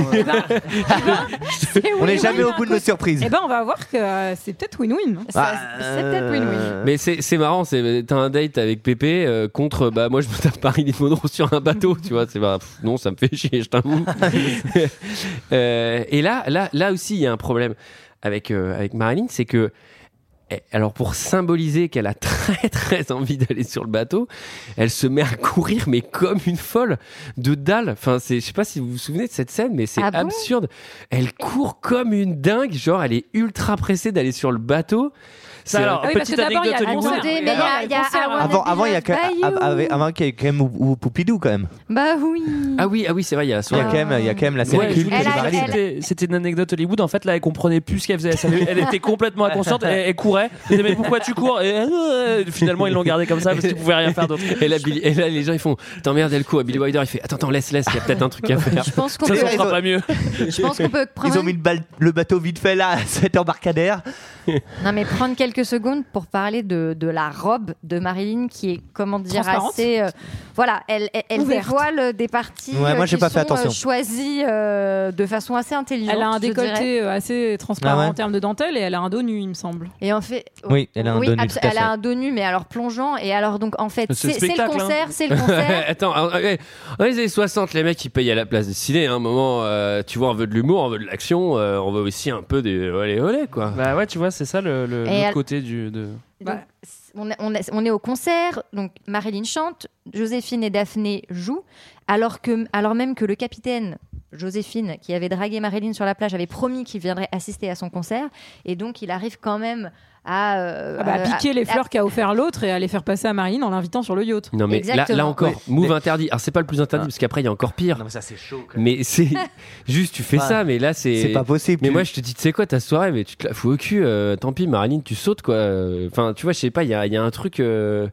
On n'est jamais au bout de nos surprises. Ah, Eh ben on va voir que euh, c'est peut-être win-win. c'est peut-être win-win. Mais c'est c'est marrant, c'est- t'as un date avec Pépé euh, contre bah moi je me tape Paris Monroe sur un bateau, tu vois, c'est bah, pff, non ça me fait chier, je t'avoue. Euh, et là là là aussi il y a un problème avec euh, avec Marilyn, c'est que eh, alors pour symboliser qu'elle a très très envie d'aller sur le bateau, elle se met à courir mais comme une folle de dalle. Enfin c'est je sais pas si vous vous souvenez de cette scène mais c'est Ah bon absurde. elle court comme une dingue, genre elle est ultra pressée d'aller sur le bateau. C'est alors, un- Oui, parce que petite d'abord, il y a anecdote le concert. Attendez, mais il y Ah, a- il y a I wanna Avant, be avant, il y a loved quand by you. av- avec- avant qu'il y ait quand même ou, ou Poupidou quand même. Bah oui. Ah oui, ah oui, c'est vrai, il y a la Il y a soirée. quand même, il y a quand même la Ouais, scène je culte voulais de dire, Marilyn. c'était- C'était une anecdote Hollywood. En fait, là, elle comprenait plus ce qu'elle faisait. Elle, savait- elle était complètement inconsciente. Elle, elle courait. Elle disait, mais pourquoi tu cours Et, euh, Finalement, ils l'ont gardée comme ça parce qu'ils pouvaient rien faire d'autre. Et là, Billy- et là, les gens ils font T'emmerdes, elle court. Et Billy Wilder il fait Attends, attends, laisse, laisse, il y a peut-être un truc à faire. Je pense qu'on Ça, peut- ça sera pas mieux. Je pense qu'on peut prendre. Ils ont mis le, bal- le bateau vite fait là, à cet embarcadère. Non, mais prendre quelques secondes pour parler de, de la robe de Marilyn qui est, comment dire, Transparente. assez. euh, voilà, elle, elle, elle Ouverte. dévoile des parties Ouais, moi, euh, j'ai qui pas fait sont, attention. euh, choisies euh, de façon assez intelligente. Elle a un je dirais. décolleté euh, assez transparent Ah ouais en termes de dentelle et elle a un dos nu, il me semble. Et en fait, oh, Oui, elle a un oui, dos nu, abso- tout à elle fait. a un dos nu, mais alors plongeant. Et alors, donc, en fait, c'est c'est le spectacle, hein. concert, c'est le concert. Attends, en- en- en- dans les années 60, les mecs ils payent à la place des ciné. À un moment, euh, tu vois, on veut de l'humour, on veut de l'action, euh, on veut aussi un peu des olé olé quoi. Bah ouais, tu vois, c'est ça le, le- Et le elle- côté du. De... Donc, c- on, est- on est- on est au concert, donc Marilyn chante, Joséphine et Daphné jouent, alors, que, alors même que le capitaine Joséphine, qui avait dragué Marilyn sur la plage, avait promis qu'il viendrait assister à son concert, et donc il arrive quand même à, euh, Ah bah, euh, piquer à- les à- fleurs qu'a offert l'autre et à les faire passer à Marine en l'invitant sur le yacht. Non mais là, là encore, move interdit. Alors c'est pas le plus interdit parce qu'après il y a encore pire. ça c'est chaud. Mais c'est juste, tu fais Ouais. ça, mais là c'est. C'est pas possible, Mais tu- moi je te dis, tu sais quoi, ta soirée, mais tu te la fous au cul. euh, tant pis, Marilyn, tu sautes quoi. Enfin, tu vois, je sais pas, il y a, il y a un truc. euh,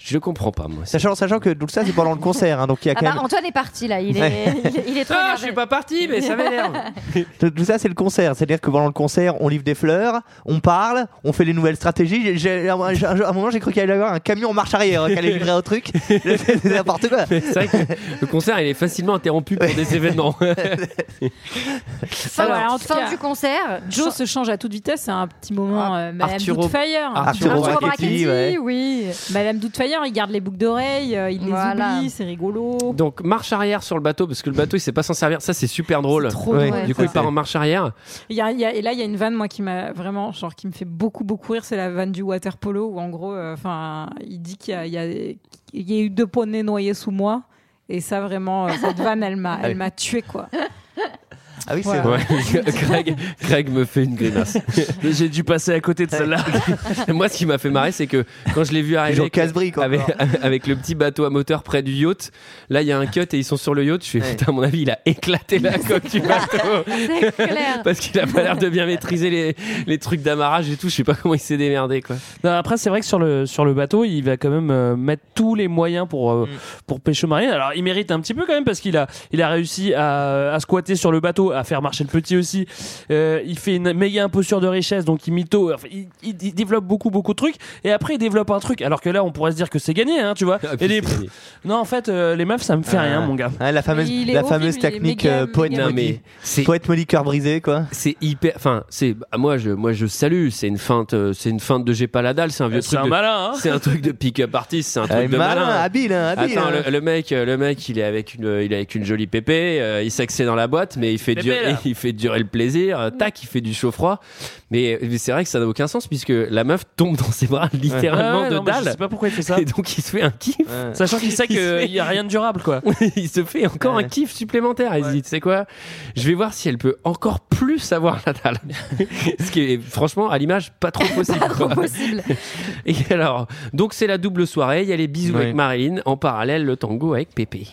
je le comprends pas moi. Sachant, sachant que tout ça c'est pendant le concert, hein, donc il y a Ah quand bah, même. Antoine est parti là, il est, Ouais. il est, il est trop Ah, énervé. je suis pas parti, mais ça m'énerve. Tout tout ça, c'est le concert. C'est-à-dire que pendant le concert, on livre des fleurs, on parle, on fait les nouvelles stratégies. J'ai- j'ai- à un- j'ai- à un moment, j'ai cru qu'il allait y avoir un camion en marche arrière hein, qui allait livrer un truc. C'est n'importe quoi. C'est vrai que le concert, il est facilement interrompu pour des événements. Enfin, voilà, en tout fin cas, du concert, Joe se change à toute vitesse, c'est un petit moment. euh, Madame Ah, Arturo- Doubtfire. Arturo Arturo Brachetti, Brachetti, ouais. oui. Madame Doubtfire, il garde les boucles d'oreilles, euh, il les Voilà. oublie, c'est rigolo. Donc, marche arrière sur le bateau, parce que le bateau, il sait pas s'en servir. Ça, c'est super drôle. trop Ouais, drôle, Du coup, ça. il part en marche arrière. Il y a- il y a- et là, il y a une vanne, moi, qui m'a vraiment, genre, qui me fait beaucoup, beaucoup rire. C'est la vanne du water polo où, en gros, euh, enfin, il dit qu'il y a, il y a- il y a eu deux Ah poneys noyés sous moi. Et ça, vraiment, euh, cette vanne, elle m'a, elle m'a tué, quoi. Ah oui, c'est Voilà. vrai. Ouais, Greg, Greg me fait une grimace. J'ai dû passer à côté de celle-là. Moi, ce qui m'a fait marrer, c'est que quand je l'ai vu arriver avec, avec, avec le petit bateau à moteur près du yacht, là, il y a un cut et ils sont sur le yacht. Je fais, putain, à mon avis, il a éclaté la coque du bateau. clair. Parce qu'il a pas l'air de bien maîtriser les, les trucs d'amarrage et tout. Je sais pas comment il s'est démerdé, quoi. Ah, Non, après, c'est vrai que sur le, sur le bateau, il va quand même euh, mettre tous les moyens pour, euh, pour pêcher marine. Alors, il mérite un petit peu quand même parce qu'il a, il a réussi à, à squatter sur le bateau, à faire marcher le petit aussi. Euh, il fait une méga imposture de richesse, donc il mytho. Enfin, il, il- il développe beaucoup, beaucoup de trucs. Et après, il développe un truc. Alors que là, on pourrait se dire que c'est gagné, hein, tu vois. Ah, puis et des- c'est gagné. non, en fait, euh, les meufs, ça me fait Ah. rien, mon gars. Ah, la fameuse, la fameuse technique euh, poète Non, mais maudit. Poète maudit, cœur brisé, quoi. C'est hyper. Enfin, c'est. ah, Moi, je, moi, je salue. C'est une feinte. euh, C'est une feinte de j'ai pas la dalle. C'est un vieux C'est truc. un de- malin, hein. C'est un truc de pick-up artist. C'est un truc Ah, de malin, malin. habile, hein, habile, Attends, hein. le, le mec, euh, le mec, il est avec une, il est avec une jolie pépé. euh, il s'accède dans la boîte, mais il fait Pépé, durer, là. il fait durer le plaisir. euh, tac, il fait du chaud froid. Mais, mais c'est vrai que ça n'a aucun sens puisque la meuf tombe dans ses bras littéralement Ouais, ouais, de non, mais dalle. Je sais pas pourquoi il fait ça. Et donc il se fait un kiff. Sachant qu'il sait Il se fait- qu'il n'y a rien de durable, quoi. il se fait encore un kiff supplémentaire. Il se dit, tu sais quoi Je vais voir si elle peut encore plus avoir la dalle. Ce qui est franchement, à l'image, pas trop possible. quoi. Et alors, donc c'est la double soirée. Il y a les bisous Ouais. avec Marilyn. En parallèle, le tango avec Pépé.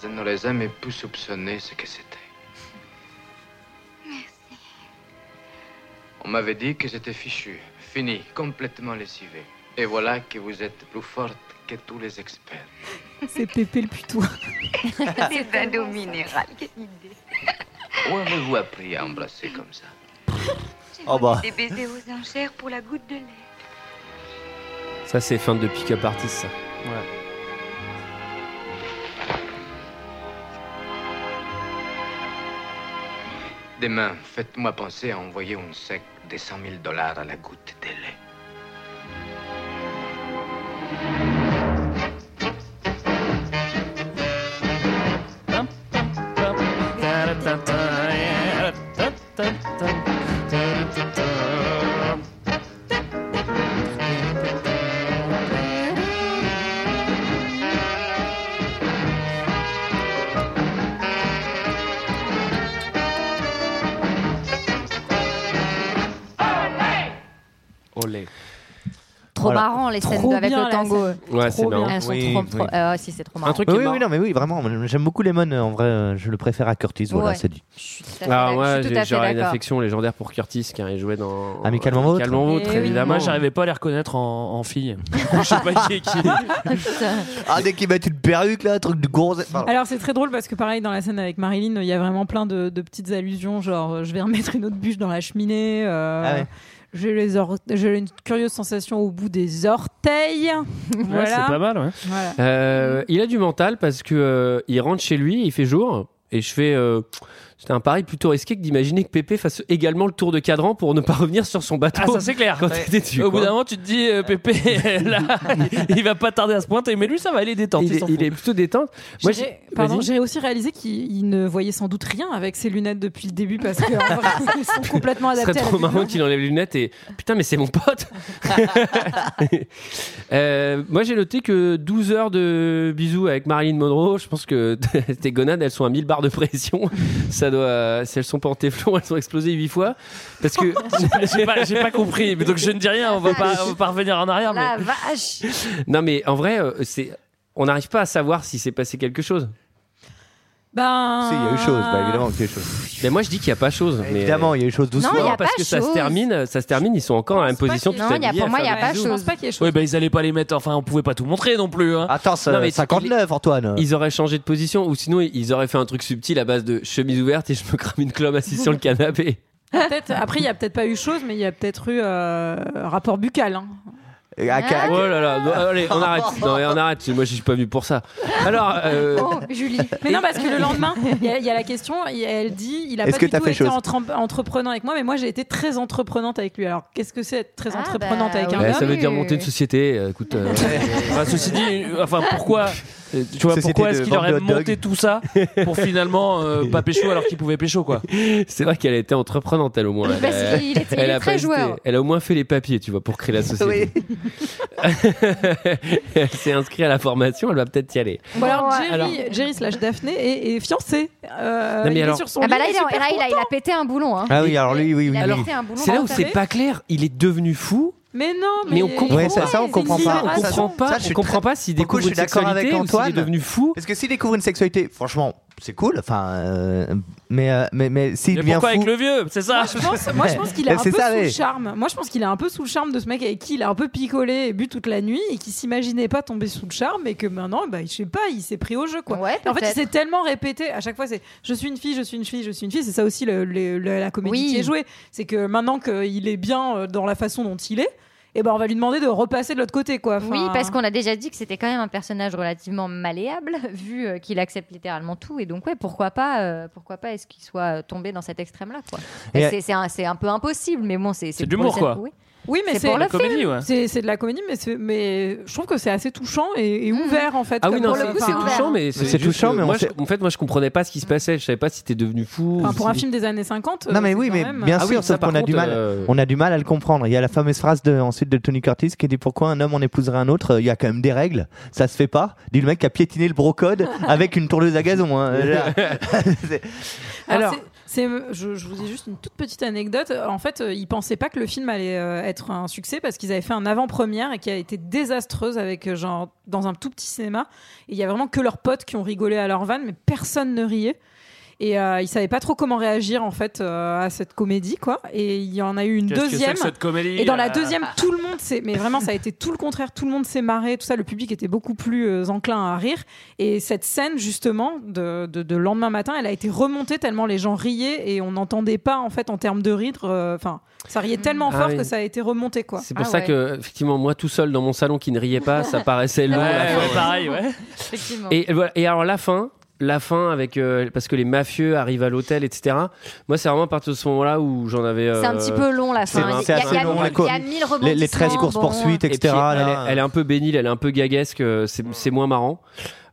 Je ne l'ai jamais pu soupçonner ce que c'était. On m'avait dit que j'étais fichu, fini, complètement lessivé. Et voilà que vous êtes plus forte que tous les experts. C'est Pépé le putois. Ah, C'est un eau minérale, quelle idée. Où avez-vous appris à embrasser comme ça Oh bah. Des baisers aux enchères pour la goutte de lait. Ça, c'est fin de pick-up artist. ça. Demain, faites-moi penser à envoyer un sec de 100 000 dollars à la goutte de lait. Olé. Trop marrant les scènes Trop avec bien, le la tango. Ouais, Trop c'est bien. marrant. Elles sont Oui, trop, oui. trop- euh, si, c'est trop marrant. Oui, oui, oui, non, mais oui, vraiment. J'aime beaucoup Lemon. euh, En vrai, euh, je le préfère à Curtis. Voilà, Ouais. c'est dit. Ah ouais, je suis tout j'ai- à fait j'aurais une d'accord. affection légendaire pour Curtis qui a joué dans Amicalement vôtre. Amicalement vôtre, Eh oui. évidemment. Moi, j'arrivais pas à les reconnaître en, en fille. Je sais pas qui est qui. Ah, dès qu'ils mettent une perruque, là, un truc de gonzesse. Pardon. Alors c'est très drôle parce que pareil dans la scène avec Marilyn, il y a vraiment plein de, de petites allusions, genre euh, je vais remettre une autre bûche dans la cheminée, euh, Ah ouais. j'ai les or- j'ai une curieuse sensation au bout des orteils. Ouais, voilà. c'est pas mal, ouais. Voilà. Euh, il a du mental parce que euh, il rentre chez lui, il fait jour, et je fais. euh, c'était un pari plutôt risqué que d'imaginer que Pépé fasse également le tour de cadran pour ne pas revenir sur son bateau. Ah, ça c'est clair. Quand t'étais dessus, Au bout quoi. d'un moment, tu te dis, euh, Pépé, là, il va pas tarder à se pointer. Mais lui, ça va, il est détente. Il est- il est plutôt détente. J'ai- pardon, j'ai aussi réalisé qu'il il ne voyait sans doute rien avec ses lunettes depuis le début parce qu'ils sont complètement Ce serait adaptés. à la trop vidéo. marrant qu'il enlève les lunettes et putain, mais c'est mon pote! Euh, moi j'ai noté que 12 heures de bisous avec Marilyn Monroe, je pense que tes gonades elles sont à 1000 barres de pression. Ça doit, si elles sont pas en téflon, elles sont explosées 8 fois. Parce que j'ai pas, j'ai pas compris. Mais donc, je ne dis rien, on va pas, on va pas revenir en arrière. La mais... vache Non, mais en vrai, euh, c'est. On n'arrive pas à savoir si s'est passé quelque chose. Ben. bah, quelque chose. Mais moi, je dis qu'il n'y a pas chose. Mais Évidemment, il y a eu chose doucement. Non, il y a parce pas que ça se chose. termine, ça se termine, ils sont encore à la même position. qu'il y ait- Non, il y a- pour moi, il y a pas chose. Je pense pas qu'il y ait chose. Ouais, bah, ils allaient pas les mettre. Enfin, on pouvait pas tout montrer non plus. hein. Attends, c'est, euh, 59, Antoine. Ils auraient changé de position ou sinon ils auraient fait un truc subtil à base de chemise ouverte et je me crame une clope assise sur le canapé. Peut-être- après, il n'y a peut-être pas eu chose, mais il y a peut-être eu euh, rapport buccal. hein. Ah, Et à Ah, ca- Oh là là, non, allez, on arrête. Non, mais on arrête. Moi, je suis pas venu pour ça. Alors, euh, oh, Oh, Julie. Mais non, parce que le lendemain, il y, a- il y a la question, il- elle dit il a Est-ce pas que du t'as tout fait été chose entrem- entreprenant avec moi, mais moi j'ai été très entreprenante avec lui. Alors qu'est-ce que c'est être très entreprenante avec un ouais, homme hein. ça veut dire monter une société. euh, écoute, euh, Enfin, ceci dit, euh, enfin, pourquoi Euh, Tu vois Société pourquoi de est-ce qu'il vente de aurait hot dog. monté tout ça pour finalement euh, pas pécho alors qu'il pouvait pécho quoi C'est vrai qu'elle a été entreprenante, elle au moins. Bah, Elle a- si, il était- il elle est a très pas hésité. joueur. Elle a au moins fait les papiers, tu vois, pour créer la société. elle s'est inscrite à la formation, elle va peut-être y aller. Ou alors Jerry, Alors- Jerry slash Daphné est, est fiancé. Euh, Non, mais il alors- est sur son Ah bah lit, là, il, est a, super là, il, a, il a content. pété un boulon. hein. Ah oui, alors lui, oui, oui. Il a lui. pété un boulon C'est là dans où le c'est pavé. pas clair, il est devenu fou. Mais non, mais, Mais on comprend Ouais, ça- ça, on pas. comprend pas. On Ça, comprend ça, pas. On je suis comprend très- pas s'il Pour le coup, découvre une je suis d'accord sexualité avec ou s'il est Antoine. devenu fou. Parce que s'il découvre une sexualité, franchement, c'est cool. Enfin, euh, mais euh, mais mais s'il Mais devient pourquoi fou, avec le vieux C'est ça Je pense- moi, je pense qu'il est un C'est peu ça, sous ouais. le charme. Moi, je pense qu'il est un peu sous le charme de ce mec avec qui il a un peu picolé et bu toute la nuit et qui s'imaginait pas tomber sous le charme et que maintenant, bah, je sais pas, il s'est pris au jeu. Quoi. en fait, il peut-être. s'est tellement répété. À chaque fois, c'est je suis une fille, je suis une fille, je suis une fille. C'est ça aussi le- le- le- la comédie Oui. qui est jouée. C'est que maintenant qu'il est bien euh, dans la façon dont il est, eh ben, on va lui demander de repasser de l'autre côté. Quoi. Enfin, Oui, hein. parce qu'on a déjà dit que c'était quand même un personnage relativement malléable, vu euh, qu'il accepte littéralement tout. Et donc, ouais, pourquoi pas, euh, pourquoi pas est-ce qu'il soit euh, tombé dans cet extrême-là quoi Et Et à- C'est c'est un, c'est un peu impossible, mais bon, c'est C'est de pour l'humour, le- quoi. Oui, Oui, mais c'est pour le film. C'est c'est de la comédie, mais, c'est- mais je trouve que c'est assez touchant et, Mm. et ouvert en fait. Ah oui, comme non, pour le c'est coup, c'est enfin, touchant, mais Mais c'est juste touchant, que mais on moi, je- sait- Ah, en fait, moi, je comprenais pas ce qui se passait. Je savais pas si t'es devenu fou. enfin, ou pour un si- film des années euh, 50. Non mais oui, mais bien Ah oui, sûr, ça, sauf par qu'on a du contre, mal, euh, on a du mal à le comprendre. Il y a la fameuse phrase de, ensuite de Tony Curtis qui dit pourquoi un homme en épouserait un autre. Il y a quand même des règles, ça se fait pas. Dit le mec qui a piétiné le brocode avec une tourneuse à gazon. hein. C'est- Ah, Alors, c'est, c'est- je, je vous dis juste une toute petite anecdote. En fait, euh, ils pensaient pas que le film allait euh, être un succès parce qu'ils avaient fait un avant-première et qui a été désastreuse avec euh, genre dans un tout petit cinéma. Et il y a vraiment que leurs potes qui ont rigolé à leur vanne, mais personne ne riait. Et euh, ils savaient pas trop comment réagir en fait euh, à cette comédie quoi. Et il y en a eu une Qu'est-ce que deuxième. c'est que cette comédie, et dans la euh deuxième, ah. tout le monde s'est. Mais vraiment, ça a été tout le contraire. Tout le monde s'est marré. Tout ça, le public était beaucoup plus euh, enclin à rire. Et cette scène justement de, de, de lendemain matin, elle a été remontée tellement les gens riaient et on n'entendait pas en fait en termes de rire. euh, Enfin, ça riait tellement Ah fort oui. que ça a été remonté quoi. Ah C'est pour ça que, effectivement, moi tout seul dans mon salon qui ne riait pas, ça paraissait long. à la fin. Effectivement. Et, voilà. Et alors la fin, la fin avec euh, parce que les mafieux arrivent à l'hôtel, etc. Moi, c'est vraiment à partir de ce moment-là où j'en avais. euh, C'est un petit peu long la fin. c'est- Il y c'est a- assez il y a- long, il y a la co- mille rebondissements, bon. Et puis, Elle, est- elle est un peu bénile, elle est un peu gaguesque, euh, c'est c'est moins marrant.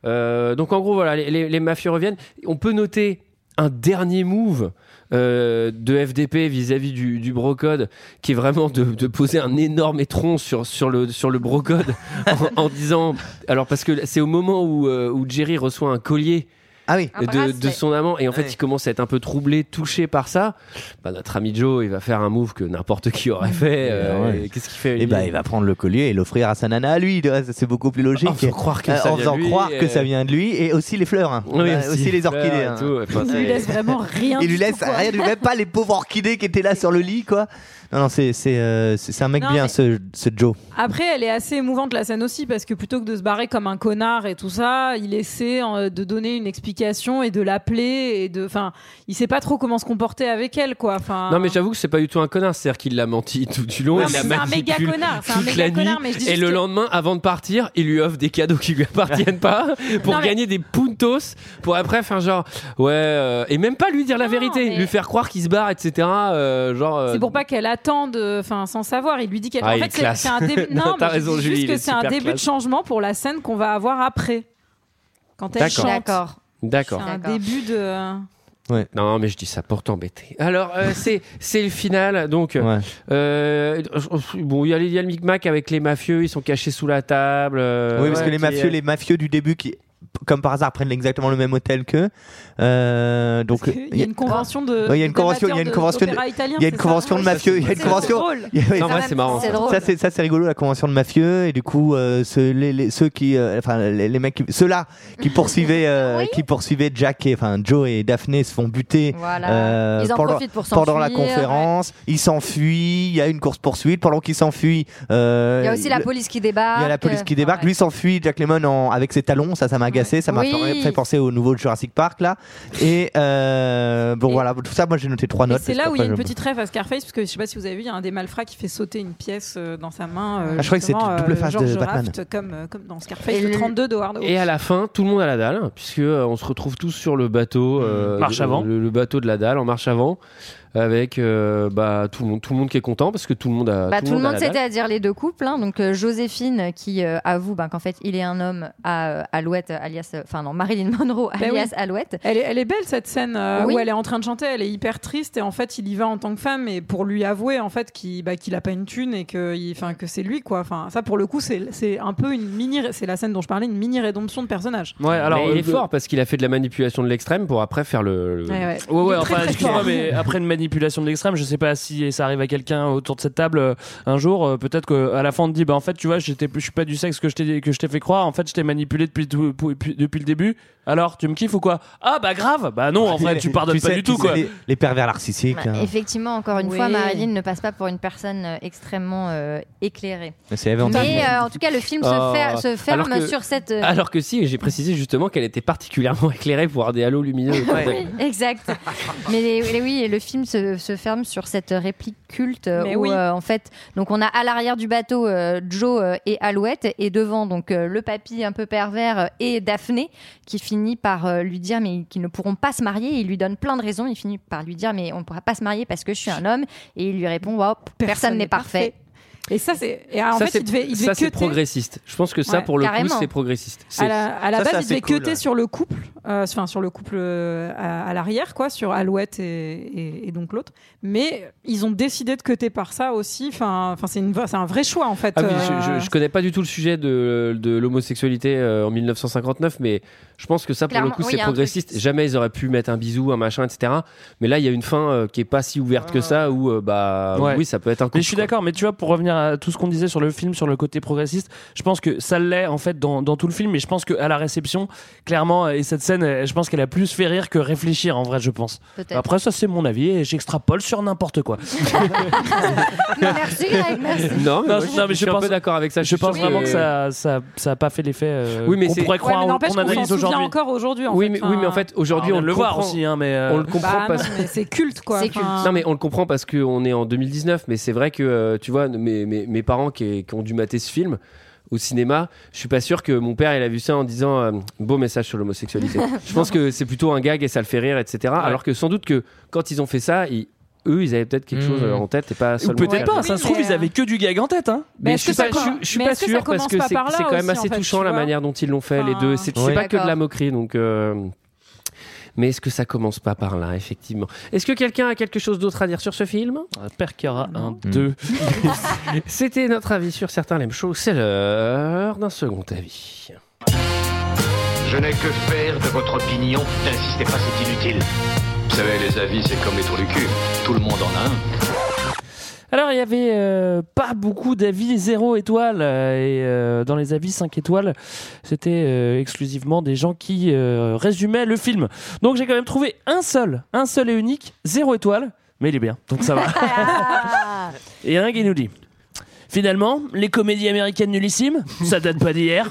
Euh, donc en gros, voilà, les, les- les mafieux reviennent. On peut noter un dernier move euh, de FDP vis-à-vis du, du brocode qui est vraiment de, de poser un énorme étron sur, sur le, sur le brocode en, en disant alors parce que c'est au moment où, euh, où Jerry reçoit un collier hein. Un de, de bracelet. son amant et en fait Ouais. il commence à être un peu troublé touché par ça Bah, notre ami Joe il va faire un move que n'importe qui aurait fait euh, Ouais. et qu'est-ce qu'il fait Eh ben, il va prendre le collier et l'offrir à sa nana à lui. Ouais, ça, C'est beaucoup plus logique. En faisant croire que ça en vient faisant de lui, croire que euh, ça vient de lui et aussi les fleurs. hein. Oui, Bah, aussi aussi, les les fleurs orchidés. et hein. Ah, tout, ouais, enfin, Il lui laisse vraiment rien. Il lui du tout, laisse quoi. rien, du- même pas les pauvres orchidées qui étaient là sur le lit, quoi. Non, non, c'est c'est euh, c'est- c'est un mec Non, bien, mais- ce, ce Joe. Après, elle est assez émouvante la scène aussi parce que plutôt que de se barrer comme un connard et tout ça, il essaie euh, de donner une explication et de l'appeler et de, enfin, il sait pas trop comment se comporter avec elle quoi. Enfin, Non mais j'avoue que c'est pas du tout un connard, c'est-à-dire qu'il l'a menti tout du long, Non, il mais l'a c'est un manipulé méga connard, c'est un toute méga la nuit, connard, mais je dis et juste le que- lendemain, avant de partir, il lui offre des cadeaux qui lui appartiennent pas pour Non, mais- gagner des puntos, pour après faire genre ouais, euh, et même pas lui dire la vérité, lui faire croire qu'il se barre, etc. euh, genre. euh, c'est pour pas qu'elle attende, euh, enfin, sans savoir. Il lui dit qu'elle. Ah, en il est fait, c'est classe. c'est un début. Non, Non, t'as mais je raison, dis Julie, juste il est que c'est un super début classe. de changement pour la scène qu'on va avoir après. Quand elle D'accord. chante. D'accord. D'accord. C'est un début de. Non mais je dis ça pour t'embêter. Alors euh, c'est c'est le final donc. euh, bon il y a les- il y a le micmac avec les mafieux, ils sont cachés sous la table. euh, oui, parce que ouais, les qui- mafieux, les mafieux du début qui. Comme par hasard, prennent exactement le même hôtel qu'eux. Euh, donc, Il y a une convention de. Ouais, il y a une de convention, il y a amateurs une de- convention, de- d'opéra italien, il y a une c'est ça convention de mafieux, il y a une C'est convention. drôle. il y a- oui. Non, ouais, c'est marrant. C'est drôle. Ça c'est ça c'est rigolo la convention de mafieux et du coup euh, ceux, les, les- ceux qui euh, enfin les, les mecs qui- ceux-là qui poursuivaient euh, qui poursuivaient Jack et enfin Joe et Daphné se font buter Voilà. Ils en pendant, profitent pour pendant la s'enfuir, conférence, ils s'enfuient, il y a une course poursuite pendant qu'ils s'enfuient euh, Il y a aussi la le- police qui il débarque. y a la police qui débarque, lui s'enfuit, Jack Lemmon en- avec ses talons, ça ça m'a agacé, ça m'a Oui. fait- fait penser au nouveau Jurassic Park là. Et euh, bon voilà, tout ça moi j'ai noté trois Et notes. c'est parce là où il y a qu'après, une je- petite rêve à Scarface, parce que je sais pas si vous avez vu, il y a un des malfrats qui fait sauter une pièce euh, dans sa main. euh, Ah, je croyais que c'était justement, double euh, face de George Batman. Raft, comme, euh, comme dans Scarface, Et le le- 32 de Howard Hawks. Et à la fin, tout le monde à la dalle, puisque euh, on se retrouve tous sur le bateau, euh, Marche le- avant. Le, le bateau de la dalle en marche avant. avec euh, bah, tout, le monde, tout le monde qui est content parce que tout le monde a. Bah, tout, le a monde, la dalle. c'est-à-dire les deux couples. hein. Donc euh, Joséphine qui euh, avoue ben, qu'en fait il est un homme à euh, Alouette, euh, alias, euh, enfin non, Marilyn Monroe, Ben oui. alias Alouette. Elle est, elle est belle cette scène euh, Oui. où elle est en train de chanter, elle est hyper triste et en fait il y va en tant que femme et pour lui avouer en fait qu'il bah, qu'il a pas une thune et que, il- enfin, que c'est lui quoi. Enfin, ça pour le coup c'est c'est un peu une mini, c'est la scène dont je parlais, une mini rédemption de personnage. Ouais, alors, euh, Mais il il est est fort parce qu'il a fait de la manipulation de l'extrême pour après faire le. le- Ouais, ouais. Ouais, Il ouais, est très, enfin, très excuse-moi, fort. mais après une manipulation de l'extrême, je sais pas si ça arrive à quelqu'un autour de cette table euh, un jour. euh, Peut-être qu'à la fin, on te dit, bah en fait, tu vois, j'étais, je suis pas du sexe que je t'ai que je t'ai fait croire. En fait, je t'ai manipulé depuis, tout- pou- depuis, depuis le début. Alors, tu me kiffes ou quoi Ah, bah grave Bah non, en vrai, tu pardonnes pas sais- du tout, sais, quoi. Les, les pervers narcissiques. Bah, hein. Effectivement, encore une Oui. fois, Marilyn ne passe pas pour une personne euh, extrêmement euh, éclairée. Mais c'est Eve Anthony. euh, en tout cas, le film Oh. se, fer- se ferme Alors que- sur cette. euh, Alors que si, et j'ai précisé justement qu'elle était particulièrement éclairée pour avoir des halos lumineux. Oui, exact. Mais les- les- oui, et le film se, se ferme sur cette réplique culte euh, Mais où oui. euh, en fait, donc on a à l'arrière du bateau euh, Joe euh, et Alouette et devant donc euh, le papy un peu pervers euh, et Daphné qui finit par euh, lui dire mais qu'ils ne pourront pas se marier. Il lui donne plein de raisons. Il finit par lui dire mais on ne pourra pas se marier parce que je suis un homme et il lui répond waouh personne, n'est parfait. Et ça c'est et en ça, fait c'est- il devait, il devait ça, c'est cutter. progressiste. Je pense que ça, Ouais, pour le carrément. coup, c'est progressiste. C'est- À la, à la Ça, c'est base, il assez devait cool. cutter sur le couple, euh, enfin sur le couple euh, à, à l'arrière, quoi, sur Alouette et, et- et donc l'autre. Mais ils ont décidé de cutter par ça aussi. Enfin, enfin, c'est une vra- c'est un vrai choix en fait. Ah oui, euh, je, je- je connais pas du tout le sujet de, de l'homosexualité euh, en 1959, mais je pense que ça, pour Clairement, le coup, oui, c'est y a un truc. progressiste. Jamais ils auraient pu mettre un bisou, un machin, etc. Mais là, il y a une fin euh, qui est pas si ouverte que ça, où euh, bah Ouais. oui, ça peut être un. Mais je suis d'accord, mais tu vois, pour revenir à tout ce qu'on disait sur le film, sur le côté progressiste, je pense que ça l'est en fait dans, dans tout le film, mais je pense qu'à la réception, clairement, et cette scène, euh, je pense qu'elle a plus fait rire que réfléchir en vrai, je pense. Peut-être. Après, ça c'est mon avis et j'extrapole sur n'importe quoi. merci Greg, merci. Non, mais, moi, je, non, je mais suis pense- un peu d'accord avec ça. Je pense sûr vraiment que ça ça, ça a pas fait l'effet euh, Oui, mais qu'on c'est- pourrait Ouais, croire mais ou n'empêche qu'on qu'on s'en analyse souvient aujourd'hui. encore aujourd'hui. en Oui, fait. mais, oui, mais en fait, aujourd'hui, on on, vient de le voir comprend. aussi, hein, mais, euh, on le comprend Bah, parce non, mais c'est culte quoi. C'est culte. Enfin, Non mais on le comprend parce qu'on est en 2019 mais c'est vrai que euh, tu vois mes, mes, mes parents qui, qui ont dû mater ce film au cinéma je suis pas sûr que mon père il a vu ça en disant euh, beau message sur l'homosexualité je pense que c'est plutôt un gag et ça le fait rire etc alors que sans doute que quand ils ont fait ça ils- eux ils avaient peut-être quelque chose euh, en tête et pas Ou seulement peut-être pas, Ouais. ça se mais, trouve, ils euh, avaient que du gag en tête. Hein. mais, Mais je suis est-ce que pas, ça je, commence- je suis mais pas est-ce que sûr ça parce commence que pas c'est par là c'est quand même aussi, en assez fait, touchant tu la vois manière dont ils l'ont fait les Enfin, deux c'est Je c'est suis pas que de la d'accord. moquerie donc euh, mais est-ce que ça commence pas par là effectivement est-ce que quelqu'un a quelque chose d'autre à dire sur ce film J'espère qu'il y aura un, deux. C'était notre avis sur certains Lem Show. C'est l'heure d'un second avis. Je n'ai que faire de votre opinion. N'insistez pas, c'est inutile. Vous savez, les avis, c'est comme les trous du cul. Tout le monde en a un. Alors, il y avait euh, pas beaucoup d'avis 0 étoile. euh, et euh, dans les avis 5 étoiles, c'était euh, exclusivement des gens qui euh, résumaient le film. Donc, j'ai quand même trouvé un seul, un seul et unique, 0 étoile. Mais il est bien, donc ça va. et un qui nous dit. Finalement, les comédies américaines nullissimes, ça date pas d'hier.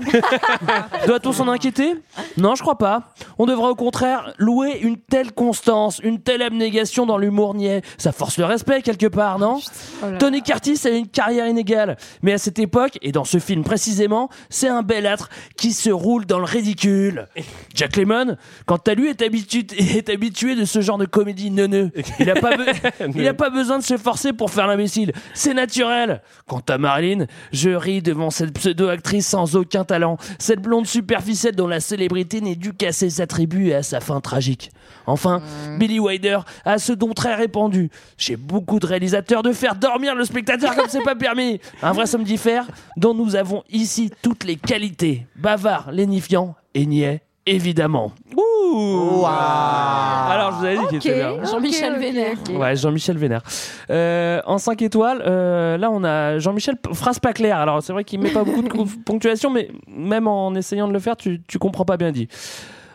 Doit-on s'en inquiéter Non, je crois pas. On devrait au contraire louer une telle constance, une telle abnégation dans l'humour niais. Ça force le respect quelque part, non Oh Tony Curtis a une carrière inégale, mais à cette époque, et dans ce film précisément, c'est un bel âtre qui se roule dans le ridicule. Jack Lemmon, quant à lui, est habitué, est habitué de ce genre de comédie neuneu. Il n'a pas, be- il a pas besoin de se forcer pour faire l'imbécile. C'est naturel. Quant à Marilyn, je ris devant cette pseudo-actrice sans aucun talent, cette blonde superficielle dont la célébrité n'est due qu'à ses attributs et à sa fin tragique. Enfin, Billy Wilder a ce don très répandu chez beaucoup de réalisateurs de faire dormir le spectateur comme c'est pas permis. Un vrai samedi faire dont nous avons ici toutes les qualités. Bavard, lénifiant et niais, évidemment. Ouh Alors, je vous avais dit qu'il était bien. Jean-Michel ok, ok, Vénère. ok. Ouais, Jean-Michel Vénère. Euh, en 5 étoiles, euh, là on a Jean-Michel p- phrase pas claire. Alors c'est vrai qu'il met pas beaucoup de co- ponctuation, mais même en essayant de le faire, tu, tu comprends pas bien dit.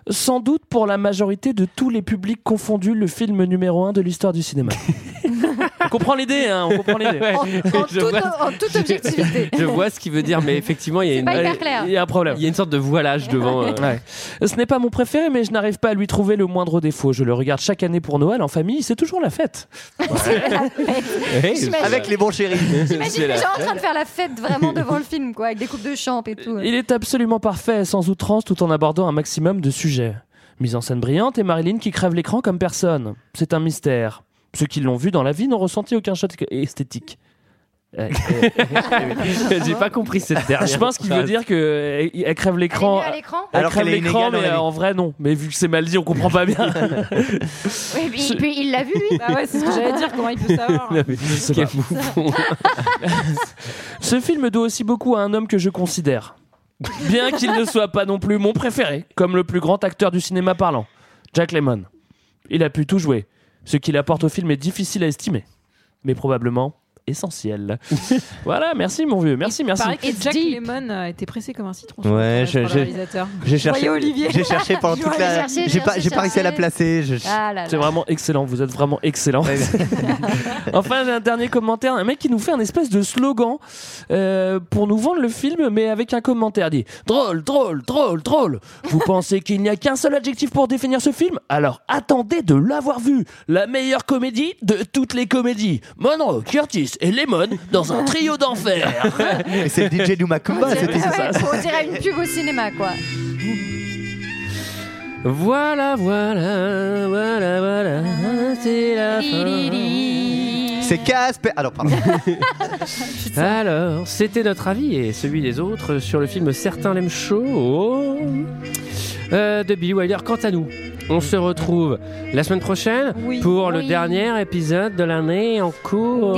Sans doute pour la majorité de tous les publics confondus, le film numéro 1 de l'histoire du cinéma. on comprend l'idée, hein, on comprend l'idée. Ouais. En, Je toute, vois- en toute objectivité. Je vois ce qu'il veut dire, mais effectivement, il y a pas hyper une, clair. Il y a un problème. il y a une sorte de voilage devant. euh. Ouais. Ce n'est pas mon préféré, mais je n'arrive pas à lui trouver le moindre défaut. Je le regarde chaque année pour Noël en famille, c'est toujours la fête. J'imagine- Avec les bons chéris. J'imagine les gens en train de faire la fête vraiment devant le film, quoi, avec des coupes de champ et tout. Il est absolument parfait, sans outrance, tout en abordant un maximum de sujets. Mise en scène brillante et Marilyn qui crève l'écran comme personne. C'est un mystère. Ceux qui l'ont vu dans la vie n'ont ressenti aucun choc esthétique. Ouais. J'ai pas compris cette dernière. Je pense qu'il veut phrase. dire que euh, elle elle crève l'écran. Elle est mieux à l'écran Elle Alors crève qu'elle est l'écran, inégale dans mais la vie. en vrai non. Mais vu que c'est mal dit, on comprend pas bien. Oui, puis, puis il l'a vu, lui. Bah ouais, c'est ce que j'allais dire, comment il peut savoir Non, mais quel bouffon. Ce film doit aussi beaucoup à un homme que je considère. Bien qu'il ne soit pas non plus mon préféré, comme le plus grand acteur du cinéma parlant, Jack Lemmon. Il a pu tout jouer. Ce qu'il apporte au film est difficile à estimer, mais probablement essentiel. voilà, merci mon vieux, merci, merci. Pareil que Jack Lemmon a été pressé comme un citron. sur Ouais, le je- par je- le réalisateur. j'ai cherché- Voyez Olivier. j'ai cherché pendant Je toute voyais la- chercher, j'ai pas- chercher, j'ai pas réussi à la chercher. placer, je- Ah là là. C'est vraiment excellent, vous êtes vraiment excellent. enfin, j'ai un dernier commentaire. Un mec qui nous fait un espèce de slogan euh, pour nous vendre le film, mais avec un commentaire. Il dit Drôle, drôle, drôle, drôle. Vous pensez qu'il n'y a qu'un seul adjectif pour définir ce film Alors attendez de l'avoir vu. La meilleure comédie de toutes les comédies. Monroe, Curtis et Lemon dans un trio d'enfer. Et c'est le DJ Doumakumba, Ouais, c'était ouais, ça. On dirait une pub au cinéma, quoi. Voilà, voilà, voilà, voilà. C'est Ah. la fin. C'est Casper. Alors, pardon. Alors, c'était notre avis et celui des autres sur le film Certains l'aiment chaud euh, de Billy Wilder. Quant à nous, on se retrouve la semaine prochaine pour le Oui. dernier épisode de l'année en cours.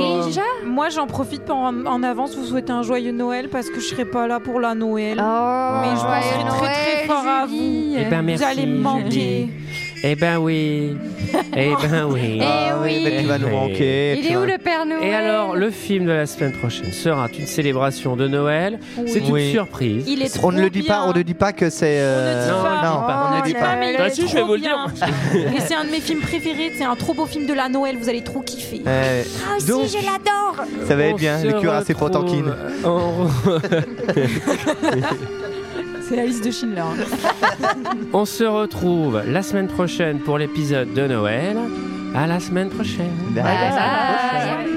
Moi, j'en profite pour en, en avance vous souhaiter un joyeux Noël parce que je serai pas là pour la Noël. Ah. Oh. Mais je joyeux serai très très fort à vous. Eh ben merci. vous allez me manquer. Julie. Eh ben oui. Eh ben oui. Eh oui. Mais tu vas nous manquer, Il est où le Père Noël Et alors, le film de la semaine prochaine sera une célébration de Noël. Oui. C'est une Oui. surprise. Il on ne le dit pas, on ne dit pas que c'est. euh, On ne dit pas. non, Oh on ne dit là pas. là, Bah il si, est je vais trop vous le bien. Et c'est un de mes films préférés. C'est un trop beau film de la Noël. Vous allez trop kiffer. Euh, Ah, donc, l'adore. ça va On être bien, se les cuirassés retrouve protanquines. en- C'est la liste de Schindler. hein. On se retrouve la Bah, Ah, Ah, semaine prochaine pour l'épisode de Noël. À la semaine prochaine. Bye. Bye.